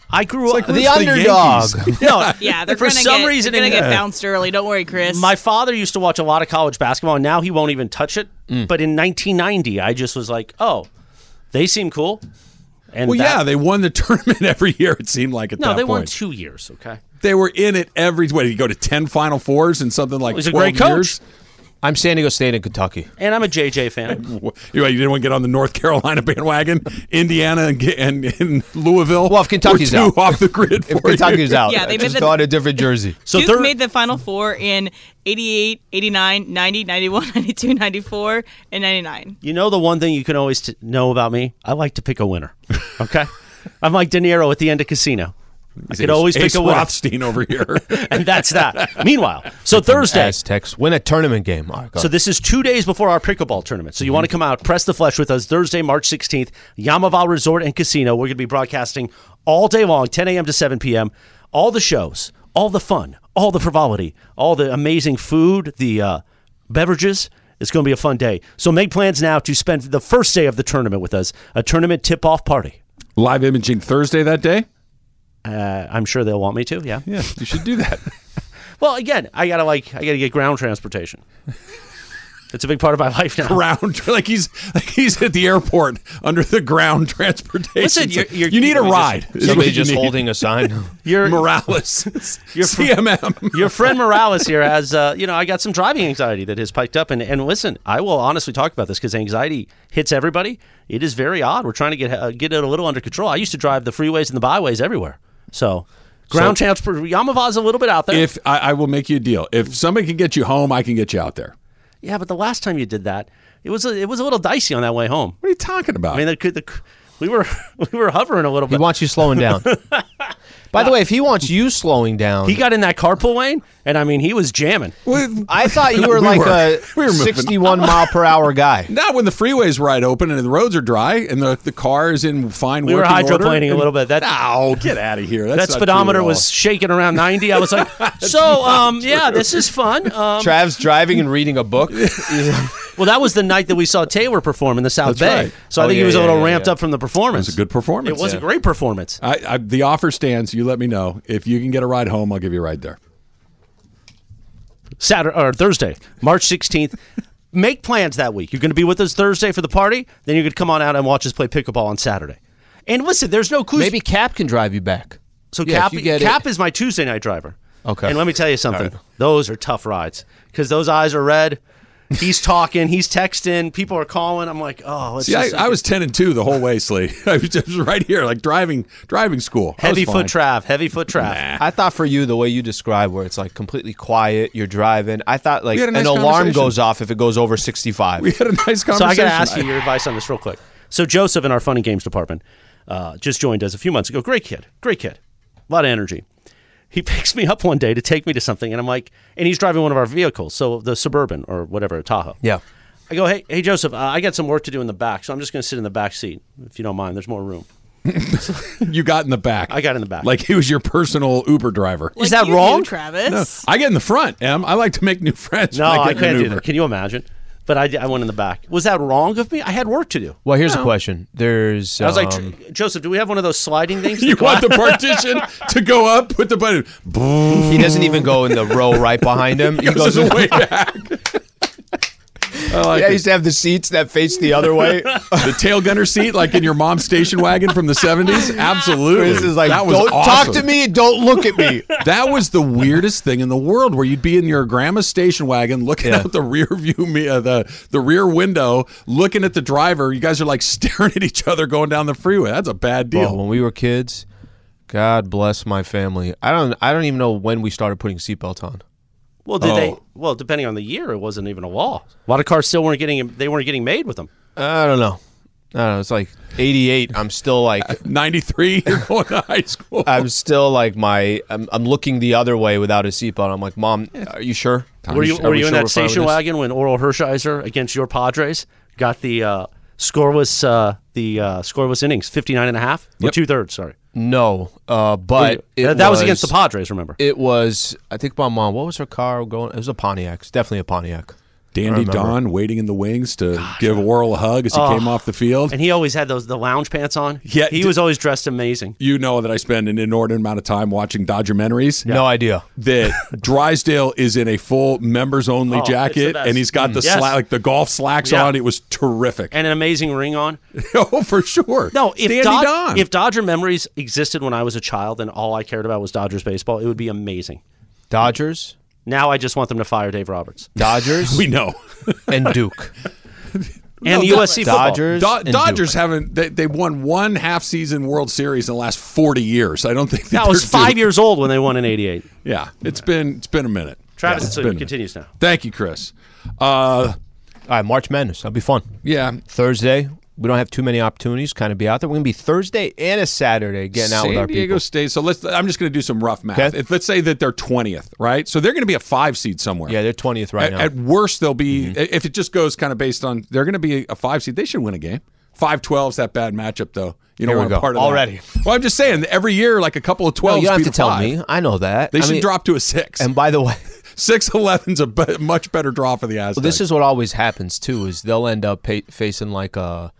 S2: I grew up
S4: the underdog.
S2: No,
S5: Yeah, they're
S2: For
S5: gonna
S2: some
S5: get,
S2: reason
S5: they're gonna
S2: in-
S5: get bounced early. Don't worry, Chris.
S2: my father used to watch a lot of college basketball, and now he won't even touch it.
S4: Mm.
S2: But in 1990, I just was like, oh, they seem cool. And
S3: Well,
S2: that-
S3: yeah, they won the tournament every year. It seemed like at
S2: no,
S3: that
S2: they
S3: point.
S2: won two years. Okay,
S3: They were in it every. What did you go to ten Final Fours and something like?
S2: he's a
S3: 12
S2: great coach.
S3: years?
S4: I'm San Diego State in Kentucky.
S2: and I'm a JJ fan.
S3: Wha- You you didn't want to get on the North Carolina bandwagon, Indiana and, get- and, and Louisville.
S4: Well, if Kentucky's
S3: were two
S4: out.
S3: off the grid for
S4: If Kentucky's
S3: you.
S4: out,
S5: Yeah, they
S4: I
S5: made
S4: just
S5: the-
S4: thought a different jersey.
S2: So
S5: Duke
S2: third-
S5: made the Final Four in 88, 89, 90, 91, 92, 94, and 99.
S2: You know the one thing you can always t- know about me? I like to pick a winner. Okay, I'm like De Niro at the end of Casino. I could always
S3: Ace
S2: pick a winner,
S3: Rothstein over here.
S2: and that's that. Meanwhile, so Thursday,
S4: Aztecs win a tournament game. All right, go.
S2: So this is two days before our pickleball tournament. So you
S3: Mm-hmm.
S2: want to come out, press the flesh with us Thursday, March 16th, Yamaval Resort and Casino. We're going to be broadcasting all day long, 10 a.m. to 7 p.m. All the shows, all the fun, all the frivolity, all the amazing food, the uh, beverages. It's going to be a fun day. So make plans now to spend the first day of the tournament with us, a tournament tip-off party.
S3: Live imaging Thursday that day.
S2: Uh, I'm sure they'll want me to. Yeah.
S3: Yeah, you should do that.
S2: Well, again, I gotta like I gotta get ground transportation. it's a big part of my life now.
S3: ground like he's like he's at the airport under the ground transportation.
S2: Listen, you're- you're-
S3: you need a
S2: you're just-
S3: ride. is what
S4: Somebody
S3: you
S4: just
S3: need.
S4: holding a sign.
S2: You're
S3: Morales.
S2: You're fr-
S3: CMM.
S2: Your friend Morales here has, uh, you know, I got some driving anxiety that has piked up. And, and listen, I will honestly talk about this because anxiety hits everybody. It is very odd. We're trying to get uh, get it a little under control. I used to drive the freeways and the byways everywhere. So ground transport, Yamava's a little bit out there.
S3: if I, I will make you a deal, if somebody can get you home, I can get you out there.
S2: yeah, but the last time you did that, it was a, it was a little dicey on that way home.
S3: What are you talking about?
S2: I mean, the, the, we were we were hovering a little
S4: he
S2: bit.
S4: wants you slowing down. By the way, if he wants you slowing down,
S2: He got in that carpool lane, and I mean, he was jamming.
S3: Well,
S4: I thought you were
S3: We
S4: like
S3: were-
S4: a
S3: we were moving.
S4: 61 mile per hour guy.
S3: not when the freeway's wide open and the roads are dry and the, the car is in fine
S2: We were
S3: working order.
S2: hydroplaning a
S3: And-
S2: little bit. That-
S3: Ow, get out of here. That's
S2: That
S3: not true
S2: speedometer
S3: at all.
S2: was shaking around 90. I was like, so, um, yeah, this is fun. Um,
S4: Trav's driving and reading a book. He's like,
S2: Well, that was the night that we saw Taylor perform in the South
S3: That's
S2: Bay.
S3: right.
S2: So I
S4: Oh,
S2: think he
S4: yeah,
S2: was a
S4: yeah,
S2: little
S4: yeah,
S2: ramped
S4: yeah.
S2: up from the performance.
S3: It was a good performance.
S2: It was a great performance.
S3: I, I, the offer stands. You let me know if you can get a ride home. I'll give you a ride there.
S2: Saturday or Thursday, March 16th. Make plans that week. You're going to be with us Thursday for the party. Then you could come on out and watch us play pickleball on Saturday. And listen, there's no cruise.
S4: Maybe Cap can drive you back.
S2: so
S4: Yeah, if
S2: Cap,
S4: you get it-
S2: Cap is my Tuesday night driver.
S4: Okay.
S2: And let me tell you something. Those are tough rides because those eyes are red. He's talking. he's texting. People are calling. I'm like, oh, it's
S3: See,
S2: just
S3: I, I was ten and two the whole way, Slee. I was just right here, like driving driving school. I was
S2: heavy foot
S3: fine.
S2: trav. Heavy foot trav.
S4: I thought for you, the way you describe where it's like completely quiet, you're driving. I thought like
S3: We had a
S4: an
S3: nice
S4: alarm
S3: conversation.
S4: goes off if it goes over 65.
S3: We had a nice conversation.
S2: So I got to ask you your advice on this real quick. So Joseph in our fun and games department uh, just joined us a few months ago. Great kid, great kid, a lot of energy. He picks me up one day to take me to something, and I'm like, and he's driving one of our vehicles, so the suburban or whatever Tahoe.
S4: Yeah.
S2: I go, hey, hey Joseph, uh, I got some work to do in the back, so I'm just going to sit in the back seat if you don't mind. There's more room.
S3: You got in the back.
S2: I got in the back.
S3: Like he was your personal Uber driver.
S5: Like
S2: Is that
S5: you do,
S2: wrong?
S5: Travis?
S3: I get in the front, Em. I like to make new friends.
S2: No,
S3: when get in
S2: I
S3: an
S2: can't do
S3: Uber.
S2: that. Can you imagine? But I, I went in the back. Was that wrong of me? I had work to do.
S4: Well, here's a question. There's.
S2: I was like,
S4: um,
S2: "Tr- Joseph, do we have one of those sliding things?
S3: You want the partition to go up? Put the button. Boom.
S4: he doesn't even go in the row right behind him. He
S3: Goes
S4: goes.
S3: way back. I like
S4: Yeah,
S3: it.
S4: he used to have the seats that face the other way.
S3: the tail gunner seat, like in your mom's station wagon from the seventies. Absolutely,
S4: Chris is like,
S3: that was
S4: don't
S3: awesome.
S4: talk to me, don't look at me.
S3: That was the weirdest thing in the world, where you'd be in your grandma's station wagon, looking out the rear view, mi- uh, the the rear window, looking at the driver. You guys are like staring at each other going down the freeway. That's a bad deal.
S4: Well, when we were kids, God bless my family. I don't. I don't even know when we started putting seatbelts on.
S2: Well, did they?
S3: Oh.
S2: Well, depending on the year, it wasn't even a law. A lot of cars still weren't getting they weren't getting made with them.
S4: I don't know. I don't know. It's like '88. I'm still like.
S3: Ninety three, you're going to high school.
S4: I'm still like my. I'm, I'm looking the other way without a seatbelt. I'm like, Mom, are you sure?
S2: Were you
S4: Are
S2: were
S4: we
S2: you
S4: sure we're
S2: in that
S4: fine with
S2: station
S4: this?
S2: wagon when Oral Hershiser against your Padres got the uh, scoreless uh, the uh, scoreless innings, 59 and a half, or two thirds. Sorry,
S4: No, uh, but it
S2: that, that was, against the Padres. Remember?
S4: It was. I think my mom. What was her car going? It was a Pontiac. It's definitely a Pontiac.
S3: Dandy Don waiting in the wings to give Oral a hug as he
S2: Oh.
S3: came off the field.
S2: and he always had those the lounge pants on.
S3: Yeah,
S2: he
S3: d-
S2: was always dressed amazing.
S3: you know that I spend an inordinate amount of time watching documentaries.
S4: No idea.
S3: That Drysdale is in a full members only
S2: Oh, it's the
S3: jacket,
S2: best.
S3: and he's got the
S2: Mm. Yes.
S3: sla- like the golf slacks
S2: Yeah.
S3: on. It was terrific.
S2: And an amazing ring on.
S3: oh, for sure.
S2: No, if,
S3: Dandy
S2: Dod-
S3: Don.
S2: if Dodger memories existed when I was a child and all I cared about was Dodgers baseball, it would be amazing.
S4: Dodgers,
S2: Now I just want them to fire Dave Roberts.
S4: Dodgers,
S3: we know.
S4: and Duke.
S2: and
S3: No,
S2: USC football.
S4: Dodgers,
S3: Do-
S4: and
S3: Dodgers
S4: Duke.
S3: haven't they, they won one half season World Series in the last forty years. I don't think that
S2: I was
S3: they're
S2: five
S3: due-
S2: years old when they won in '88.
S3: Yeah, it's been it's been a minute.
S2: Travis
S3: Yeah,
S2: so
S3: been a minute.
S2: continues now.
S3: Thank you, Chris. Uh,
S4: All right, March Madness. That'll be fun.
S3: yeah,
S4: Thursday. We don't have too many opportunities. Kind of be out there. We're gonna be Thursday and a Saturday getting out
S3: San
S4: with our
S3: Diego
S4: people.
S3: State. So let's. I'm just going to do some rough math.
S4: Okay.
S3: If, let's say that they're 20th, right? So they're going to be a five seed somewhere.
S4: Yeah, they're twentieth right
S3: at,
S4: now. Mm-hmm.
S3: at worst, they'll be if it just goes kind of based on they're going to be a five seed. They should win a game. Five 12's that bad matchup though. You
S4: Here
S3: don't
S4: we
S3: want a
S4: go.
S3: part of that.
S4: Already.
S3: Well, I'm just saying every year like a couple of
S4: no,
S3: 12s.
S4: you don't have
S3: beat
S4: to
S3: a
S4: tell
S3: five.
S4: me. I know that.
S3: They
S4: I
S3: should
S4: mean-
S3: drop to a six.
S4: And by the way,
S3: Six eleven's a be- much better draw for the Aztecs.
S4: Well, this is what always happens too. Is they'll end up pa facing like a,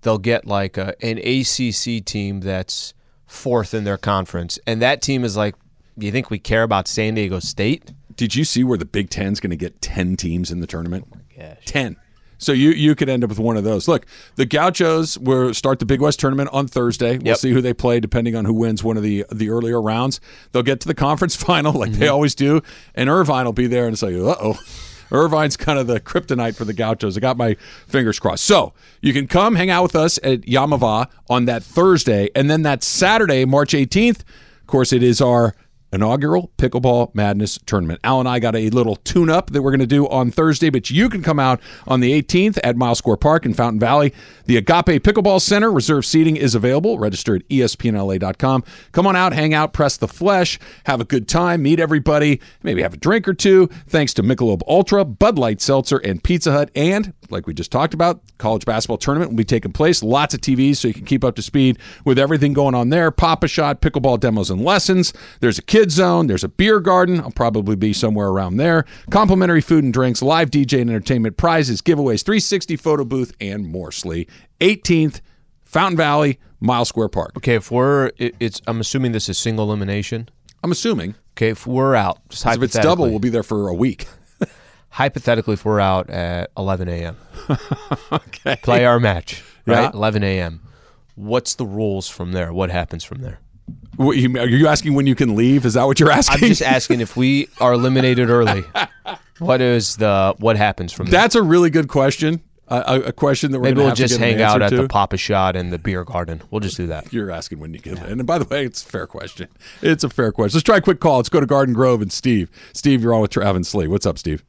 S4: they'll get like a, an ACC team that's fourth in their conference, and that team is like, you think we care about San Diego State?
S3: Did you see where the Big Ten's going to get ten teams in the tournament? Ten. So you you could end up with one of those. Look, the Gauchos will start the Big West tournament on Thursday. We'll
S4: Yep.
S3: see who they play depending on who wins one of the the earlier rounds. They'll get to the conference final like they always do, and Irvine will be there and say, "Uh oh." Irvine's kind of the kryptonite for the Gauchos. I got my fingers crossed. So you can come hang out with us at Yamava on that Thursday, and then that Saturday, March 18th. Of course, it is our inaugural Pickleball Madness tournament. Al and I got a little tune up that we're going to do on Thursday, but you can come out on the 18th at Mile Square Park in Fountain Valley. The Agape Pickleball Center reserved seating is available. Register at E espnla.com. Come on out, hang out, press the flesh, have a good time, meet everybody, maybe have a drink or two. Thanks to Michelob Ultra, Bud Light Seltzer, and Pizza Hut. And, like we just talked about, college basketball tournament will be taking place. Lots of TVs so you can keep up to speed with everything going on there. Pop a shot, pickleball demos and lessons. There's a kids kid zone. There's a beer garden. I'll probably be somewhere around there. Complimentary food and drinks, live DJ and entertainment, prizes, giveaways, 360 photo booth, and more. Slee, 18th, Fountain Valley, Mile Square Park.
S4: Okay, if we're it, it's I'm assuming this is single elimination.
S3: I'm assuming
S4: Okay, if we're out, just
S3: 'cause if it's
S4: hypothetically,
S3: double, we'll be there for a week.
S4: hypothetically, if we're out at 11 a.m. okay, play our match right
S3: Yeah.
S4: 11 a.m. What's the rules from there? What happens from there?
S3: What, you, are you asking when you can leave? Is that what you're
S4: I'm
S3: asking?
S4: just asking if we are eliminated early. What is the what happens from there?
S3: That's a really good question. Uh, a, a question that we're
S4: Maybe
S3: gonna
S4: we'll
S3: have to
S4: just
S3: get an
S4: hang out at
S3: answer
S4: the
S3: to.
S4: Papa Shot and the beer garden. We'll just do that.
S3: You're asking when you can. And by the way, it's a fair question. It's a fair question. Let's try a quick call. Let's go to Garden Grove and Steve. Steve, you're on with Trav and Slee. What's up, Steve?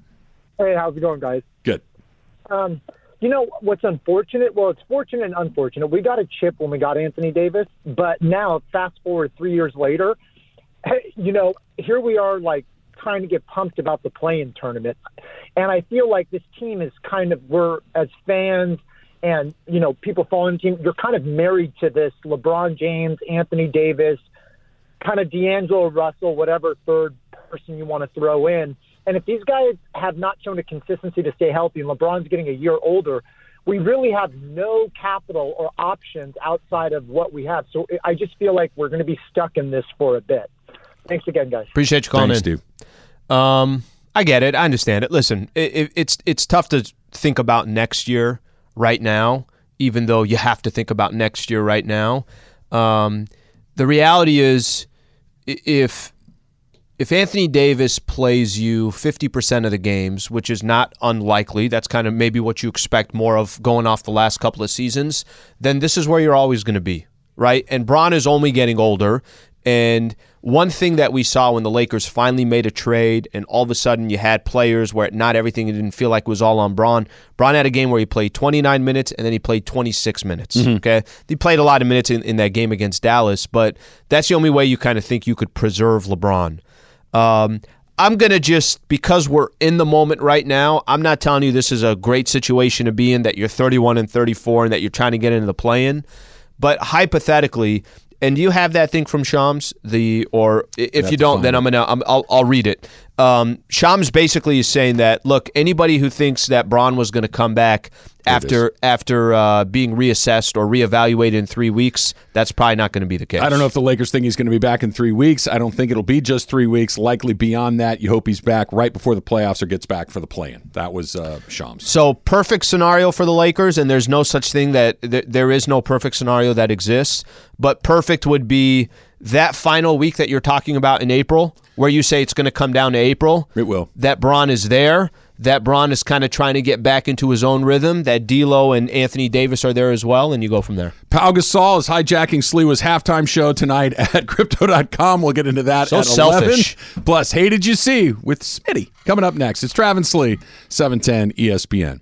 S7: Hey, how's it going, guys?
S3: Good.
S7: Um, you know what's unfortunate? Well, it's fortunate and unfortunate. We got a chip when we got Anthony Davis, but now fast forward three years later, you know, here we are like trying to get pumped about the playing tournament, and I feel like this team is kind of we're as fans and you know people following the team, you're kind of married to this LeBron James, Anthony Davis, kind of D'Angelo Russell, whatever third person you want to throw in. And if these guys have not shown a consistency to stay healthy, and LeBron's getting a year older, we really have no capital or options outside of what we have. So I just feel like we're going to be stuck in this for a bit. Thanks again, guys.
S4: Appreciate you calling
S3: Thanks,
S4: in.
S3: Steve.
S4: Um, I get it. I understand it. Listen, it, it, it's it's tough to think about next year right now, even though you have to think about next year right now. Um, the reality is, i- if if Anthony Davis plays you 50% of the games, which is not unlikely, that's kind of maybe what you expect more of going off the last couple of seasons, then this is where you're always going to be, right? And Braun is only getting older. And one thing that we saw when the Lakers finally made a trade and all of a sudden you had players where not everything didn't feel like was all on Braun. Braun had a game where he played 29 minutes and then he played 26 minutes. Okay. He played a lot of minutes in, in that game against Dallas, but that's the only way you kind of think you could preserve LeBron. Um, I'm going to just, because we're in the moment right now, I'm not telling you this is a great situation to be in, that you're 31 and 34 and that you're trying to get into the play in. But hypothetically, and do you have that thing from Shams? The or i- if you don't, then I'm gonna I'm, I'll, I'll read it. Um, Shams basically is saying that look, anybody who thinks that Braun was going to come back after after uh, being reassessed or reevaluated in three weeks, that's probably not going to be the case.
S3: I don't know if the Lakers think he's going to be back in three weeks. I don't think it'll be just three weeks. Likely beyond that, you hope he's back right before the playoffs or gets back for the play-in. That was uh, Shams.
S4: So perfect scenario for the Lakers, and there's no such thing that th- there is no perfect scenario that exists. But perfect would be that final week that you're talking about in April, where you say it's going to come down to April.
S3: It will.
S4: That Braun is there. That Braun is kind of trying to get back into his own rhythm. That D'Lo and Anthony Davis are there as well, and you go from there.
S3: Pau Gasol is hijacking Sliwa's halftime show tonight at Crypto.com. We'll get into that
S4: So
S3: at
S4: selfish.
S3: 11. Plus, Hey Did You See with Smitty coming up next. It's Travis Slee, E 710 ESPN.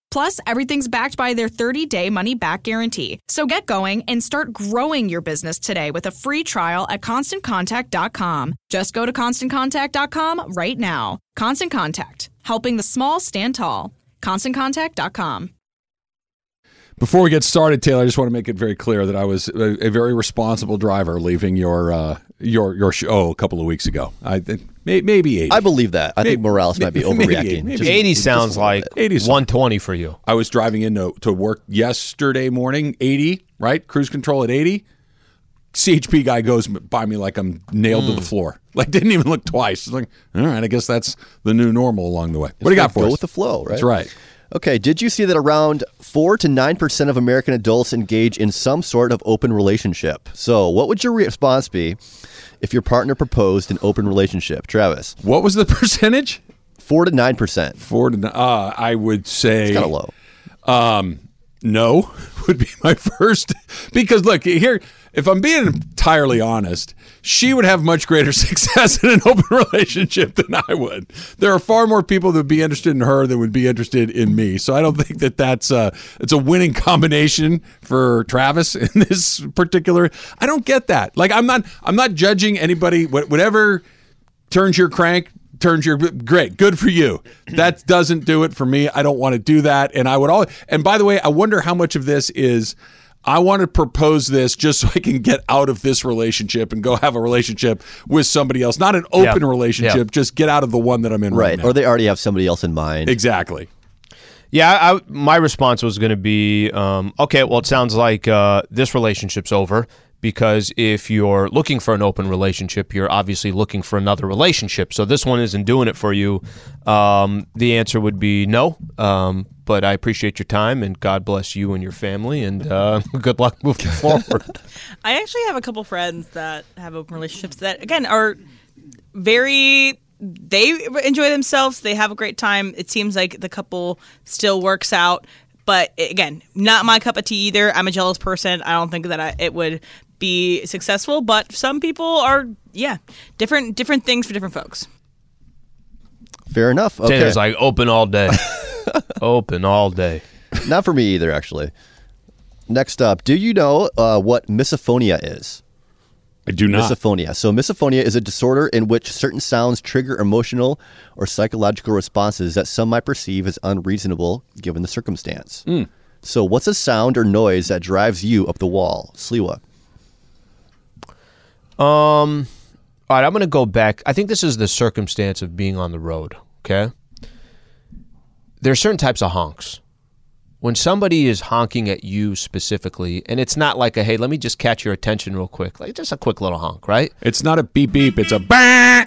S8: Plus, everything's backed by their 30-day money-back guarantee. So get going and start growing your business today with a free trial at ConstantContact.com. Just go to ConstantContact.com right now. Constant Contact, helping the small stand tall. ConstantContact.com.
S3: Before we get started, Taylor, I just want to make it very clear that I was a, a very responsible driver leaving your uh, your your show oh, a couple of weeks ago. I think may, maybe eighty.
S9: I believe that. I think Morales might be
S3: Maybe-
S9: overreacting.
S3: maybe-
S9: Just-
S4: 80 sounds like
S3: 80 sounds-
S4: 120 for you.
S3: I was driving into to work yesterday morning, 80, right? Cruise control at 80. CHP guy goes by me like I'm nailed
S9: Hmm.
S3: to the floor. Like didn't even look twice. It's like, all right, I guess that's the new normal along the way. what do you got
S9: Like,
S3: for
S9: go
S3: us?
S9: with the flow, right?
S3: That's right.
S9: Okay, did you see that around 4 to 9% of American adults engage in some sort of open relationship? So, what would your response be if your partner proposed an open relationship? Travis,
S3: What was the percentage?
S9: 4 to 9%.
S3: Four to nine. Uh, I would say
S9: Kind of low.
S3: Um, no would be my first because look here. If I'm being entirely honest, she would have much greater success in an open relationship than I would. There are far more people that would be interested in her than would be interested in me. So I don't think that that's a it's a winning combination for Travis in this particular. I don't get that. Like I'm not I'm not judging anybody. Wh- Whatever turns your crank turns your great good for you that doesn't do it for me i don't want to do that and i would all and by the way i wonder how much of this is i want to propose this just so i can get out of this relationship and go have a relationship with somebody else not an open relationship
S4: Yeah.
S3: just get out of the one that i'm in right,
S9: Right.
S3: now.
S9: Or they already have somebody else in mind.
S3: exactly
S4: Yeah, I, I- my response was going to be um, okay, well, it sounds like uh, this relationship's over because if you're looking for an open relationship, you're obviously looking for another relationship. So this one isn't doing it for you. Um, the answer would be no. Um, but I appreciate your time and God bless you and your family and uh, good luck moving forward.
S5: I actually have a couple friends that have open relationships that again are very they enjoy themselves, they have a great time. It seems like the couple still works out, but again, not my cup of tea either. I'm a jealous person. I don't think that I, it would be successful, but some people are yeah, different different things for different folks.
S9: Fair enough. Okay.
S4: Taylor's like open all day, open all day.
S9: Not for me either, actually. Next up, do you know uh, what misophonia is?
S3: i do not
S9: Misophonia. So, misophonia is a disorder in which certain sounds trigger emotional or psychological responses that some might perceive as unreasonable given the circumstance.
S3: Hmm.
S9: So, what's a sound or noise that drives you up the wall? Sliwa.
S4: Um, all right, I'm going to go back. I think this is the circumstance of being on the road. Okay. There are certain types of honks. When somebody is honking at you specifically, and it's not like a, hey, let me just catch your attention real quick, like just a quick little honk, right?
S3: it's not a beep beep it's a bah!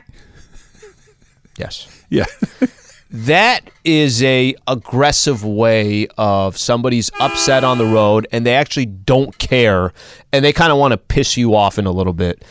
S4: Yes.
S3: yeah
S4: That is a aggressive way of somebody's upset on the road and they actually don't care and they kind of want to piss you off in a little bit.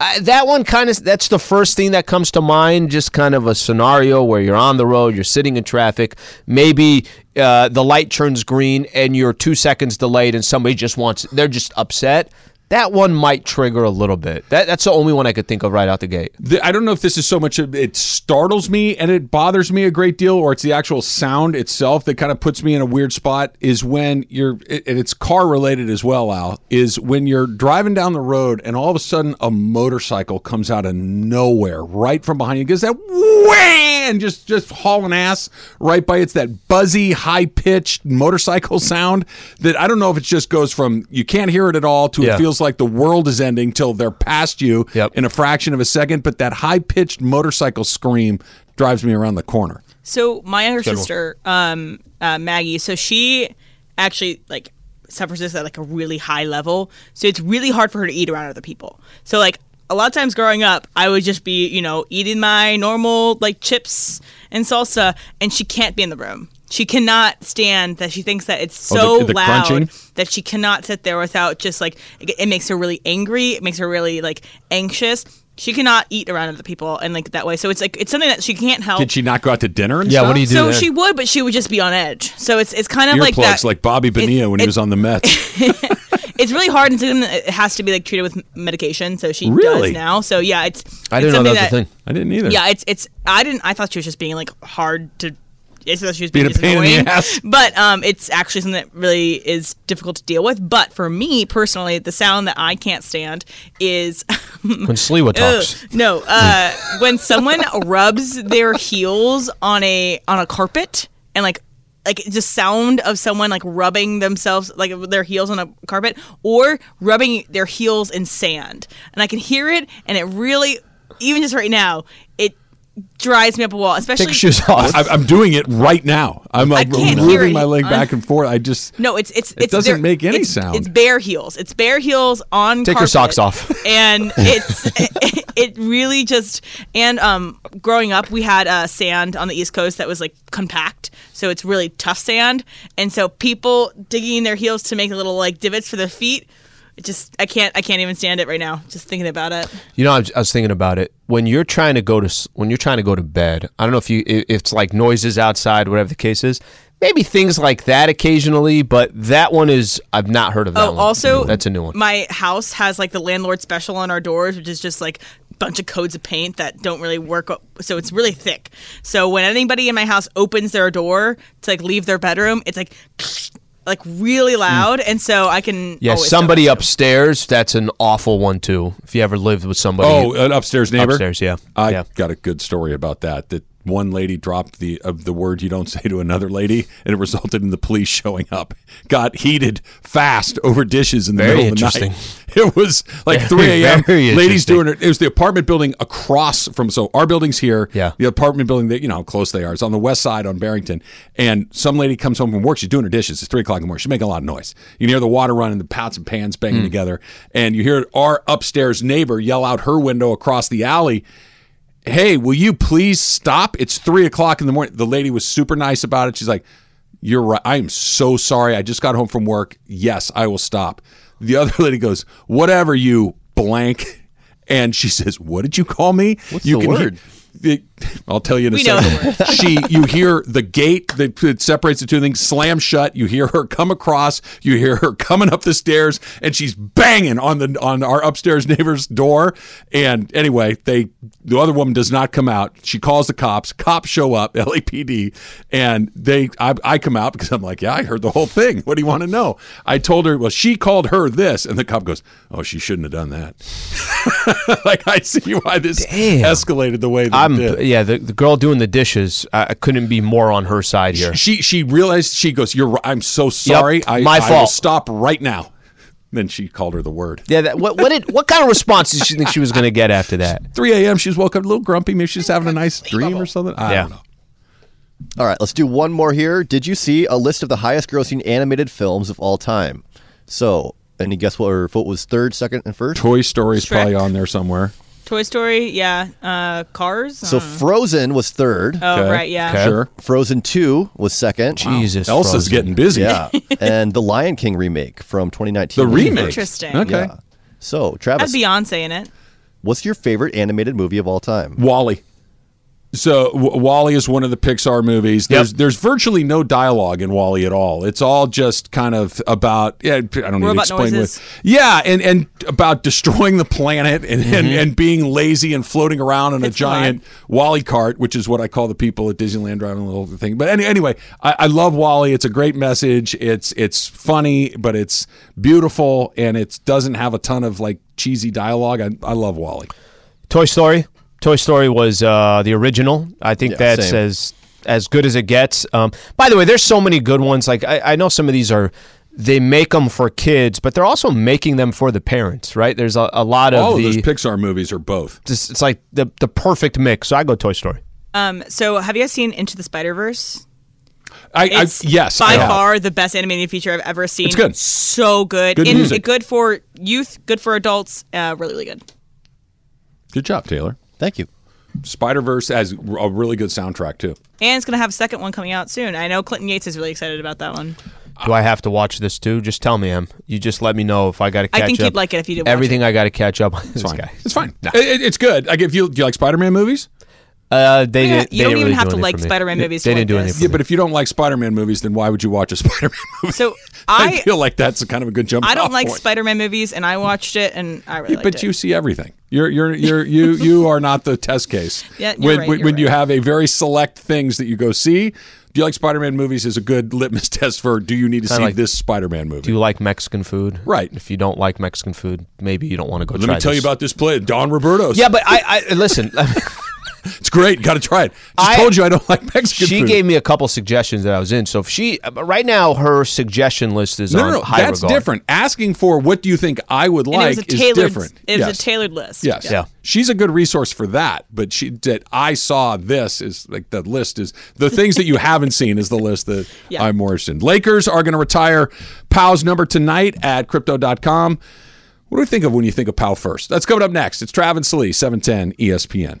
S4: I, that one kind of that's the first thing that comes to mind just kind of a scenario where you're on the road, you're sitting in traffic, maybe uh, the light turns green and you're 2 seconds delayed and somebody just wants they're just upset. That one might trigger a little bit. That, that's the only one I could think of right out the gate.
S3: the, I don't know if this is so much of- it startles me and it bothers me a great deal, or it's the actual sound itself that kind of puts me in a weird spot. Is when you're it- and it's car related as well, Al. Is when you're driving down the road and all of a sudden a motorcycle comes out of nowhere, right from behind you, gives that wham, just just hauling ass right by. It's that buzzy, high pitched motorcycle sound that I don't know if it just goes from you can't hear it at all to it
S4: Yeah.
S3: feels like the world is ending till they're past you
S4: Yep.
S3: in a fraction of a second, but that high pitched motorcycle scream drives me around the corner.
S5: So my other sister, um, uh, Maggie, so she actually like suffers this at like a really high level. So it's really hard for her to eat around other people. So like a lot of times growing up, I would just be you know eating my normal like chips and salsa, and she can't be in the room. She cannot stand that. She thinks that it's so
S3: Oh, the- the
S5: loud
S3: crunching?
S5: that she cannot sit there without just like it, it makes her really angry. It makes her really like anxious. She cannot eat around other people and like that way. So it's like it's something that she can't help.
S3: Did she not go out to dinner and
S4: Yeah,
S3: stuff?
S4: what do you do
S5: So
S4: there?
S5: she would, but she would just be on edge. So it's it's kind of like
S3: Earplugs like,
S5: that.
S3: Bobby Bonilla when he
S5: it-
S3: was on the Mets.
S5: it's really hard, and something that it has to be like treated with medication. So she
S3: Really?
S5: does now. So yeah, it's
S4: I
S5: it's
S4: didn't know
S5: something
S4: that was a thing.
S3: I didn't either.
S5: Yeah, it's it's. I didn't. I thought she was just being like hard to it's not that she was
S3: Being
S5: being,
S3: a pain in the
S5: annoying,
S3: ass.
S5: but um, it's actually something that really is difficult to deal with. But for me personally, the sound that I can't stand is
S4: When Sliwa talks.
S5: Ugh, no, uh, when someone rubs their heels on a on a carpet and like like just sound of someone like rubbing themselves like their heels on a carpet or rubbing their heels in sand, and I can hear it, and it really even just right now it drives me up a wall, especially
S4: Take your shoes off.
S3: I, I'm doing it right now. I'm like
S5: can't hear
S3: moving
S5: it.
S3: my leg back and forth. I just
S5: No, it's it's,
S3: It
S5: it's
S3: doesn't
S5: they're-
S3: make any
S5: it's-
S3: sound.
S5: It's bare heels. It's bare heels on.
S4: Take your
S5: carpet.
S4: socks off.
S5: And it's it, really just and um growing up we had uh, sand on the East Coast that was like compact, so it's really tough sand, and so people digging in their heels to make little like divots for their feet. It just I can't I can't even stand it right now. Just thinking about it.
S4: You know, I was, I was thinking about it. When you're trying to go to s- when you're trying to go to bed, I don't know if you i- if it's like noises outside, whatever the case is. Maybe things like that occasionally, but that one is I've not heard of that
S5: Oh,
S4: one.
S5: also
S4: that's a new one.
S5: My house has like the landlord special on our doors, which is just like a bunch of codes of paint that don't really work so it's really thick. So when anybody in my house opens their door to like leave their bedroom, it's like like really loud and oh, so I can
S4: Mm. yeah,
S5: always
S4: somebody
S5: tell.
S4: upstairs. That's an awful one too. If you ever lived with somebody,
S3: oh, an upstairs neighbor.
S4: Upstairs, yeah.
S3: I
S4: Yeah.
S3: got a good story about that. That one lady dropped the of the word you don't say to another lady, and it resulted in the police showing up. Got heated fast over dishes in the
S4: Very
S3: middle of the
S4: interesting.
S3: night. It was like three a.m.
S4: very
S3: Ladies
S4: interesting.
S3: doing it. It was the apartment building across from so our building's here.
S4: Yeah.
S3: the apartment building that you know how close they are. It's on the west side on Barrington. And some lady comes home from work. She's doing her dishes. It's three o'clock in the morning. She's making a lot of noise. You can hear the water running, the pots and pans
S4: Hmm.
S3: banging together, and you hear our upstairs neighbor yell out her window across the alley hey, will you please stop? It's three o'clock in the morning. The lady was super nice about it. She's like, you're right. I am so sorry. I just got home from work. Yes, I will stop. The other lady goes, whatever you blank. And she says, what did you call me? What's you
S9: the
S3: hear-
S9: word?
S3: the- I'll tell you in a
S5: We know
S3: second. she, you hear the gate that, that separates the two things slam shut. You hear her come across. You hear her coming up the stairs, and she's banging on the on our upstairs neighbor's door. And anyway, they the other woman does not come out. She calls the cops. Cops show up, LAPD, and they I, I come out because I'm like, yeah, I heard the whole thing. What do you want to know? I told her. Well, she called her this, and the cop goes, oh, she shouldn't have done that. like I see why this escalated the way that it
S4: I'm
S3: did.
S4: yeah. The, the girl doing the dishes, I, I couldn't be more on her side here.
S3: She she realized she goes, "You're ri- I'm so sorry. I,
S4: my
S3: I will
S4: fault."
S3: stop right now." Then she called her the word.
S4: Yeah, that, what what did what kind of response did she think she was going to get after that?
S3: 3 a.m. She's woke up a little grumpy. Maybe she's having a nice dream or something. I
S4: Yeah.
S3: don't know.
S9: All right, let's do one more here. Did you see a list of the highest grossing animated films of all time? So, any guess what, or what was third, second, and first?
S3: Toy Story is
S5: Shrek.
S3: probably on there somewhere.
S5: Toy Story, yeah, uh cars.
S9: So,
S5: uh,
S9: Frozen was third.
S5: oh
S3: Okay.
S5: right, yeah.
S3: Sure.
S9: Frozen 2 was second.
S4: Jesus,
S3: Elsa's
S4: Frozen.
S3: getting busy.
S9: Yeah. and the Lion King remake from 2019.
S3: The remake.
S5: Interesting.
S3: Okay.
S9: Yeah. So,
S5: Had
S9: Travis,
S5: Beyonce in it.
S9: what's your favorite animated movie of all time?
S3: Wally. So w- Wally is one of the Pixar movies. There's there's virtually no dialogue in Wally at all. It's all just kind of about yeah, I don't need to
S5: Robot
S3: explain
S5: noises.
S3: what. Yeah, and and about destroying the planet and and, and being lazy and floating around in a
S5: It's
S3: giant Wally cart, which is what I call the people at Disneyland driving the little thing. But any, anyway, I, I love Wally. It's a great message. It's it's funny, but it's beautiful, and it doesn't have a ton of like cheesy dialogue. I, I love Wally.
S4: Toy Story. Toy Story was uh, the original. I think
S9: Yeah,
S4: that's
S9: same.
S4: as as good as it gets. Um, by the way, there's so many good ones. Like I, I know some of these are they make them for kids, but they're also making them for the parents, right? There's a, a lot of
S3: All of
S4: the.
S3: those Pixar movies are both.
S4: just- it's like the the perfect mix. So I go Toy Story.
S5: Um so have you guys seen Into the Spider-Verse?
S3: I, I
S5: It's
S3: yes, I
S5: by
S3: have.
S5: far the best animated feature I've ever seen.
S3: It's good.
S5: so good.
S3: Good
S5: And
S3: music.
S5: good for youth, good for adults. Uh, really, really good.
S3: Good job, Taylor.
S9: Thank you.
S3: Spider Verse has a really good soundtrack too.
S5: And it's gonna have a second one coming out soon. I know Clinton Yates is really excited about that one.
S4: Do I have to watch this too? Just tell me, Em. You just let me know if I got
S5: I
S4: to catch up.
S5: think you'd like it if you did. watch
S4: Everything I got to catch up on. It's
S3: It's fine. It's fine. It- it- it's good. Like if you do you like Spider Man movies,
S4: Uh, they,
S5: Yeah, you
S4: didn't- they
S5: don't
S4: didn't
S5: even
S4: really
S5: have
S4: do
S5: to
S4: anything
S5: like
S4: for me.
S5: Spider-Man
S4: They-
S5: movies
S4: They
S5: to
S4: didn't do
S5: like
S4: anything.
S5: this.
S4: for
S3: yeah,
S4: me.
S3: but if you don't like Spider Man movies, then why would you watch a Spider Man movie?
S5: it. So
S3: I,
S5: I
S3: feel like that's kind of a good jump.
S5: I don't
S3: off
S5: like
S3: point.
S5: Spider Man movies and I watched it and I really liked
S3: Oh, But
S5: it.
S3: you see everything. You're you're you're you you are not the test case.
S5: Yeah, you're
S3: when
S5: right,
S3: when,
S5: you're
S3: when you
S5: right.
S3: have a very select things that you go see, Do you like Spider Man movies? Is a good litmus test for do you need to
S4: Kinda
S3: see
S4: like-
S3: this Spider Man movie?
S4: Do you like Mexican food?
S3: Right.
S4: If you don't like Mexican food, maybe you don't want to go.
S3: Let
S4: try
S3: me tell you
S4: this.
S3: about this play, Don Roberto's.
S4: Yeah, but I, I listen.
S3: it's great. Got to try it. Just
S4: I-
S3: told you I don't like Mexican
S4: she
S3: food.
S4: gave me a couple suggestions that I was in. So if she but right now her suggestion list is
S3: no,
S4: on
S3: no, no.
S4: high
S3: That's
S4: regard.
S3: different. Asking for what do you think I would
S5: And it
S3: like
S5: was a
S3: is
S5: tailored.
S3: different.
S5: It was
S3: Yes.
S5: a tailored list.
S3: Yes.
S4: Yeah.
S3: She's a good resource for that, but she that I saw this is like the list is the things that you haven't seen is the list that
S5: Yeah.
S3: I'm worse in. Lakers are going to retire Pow's number tonight at crypto.com. What do we think of when you think of Pow first? That's coming up next. It's Travis Lee, E 710 ESPN.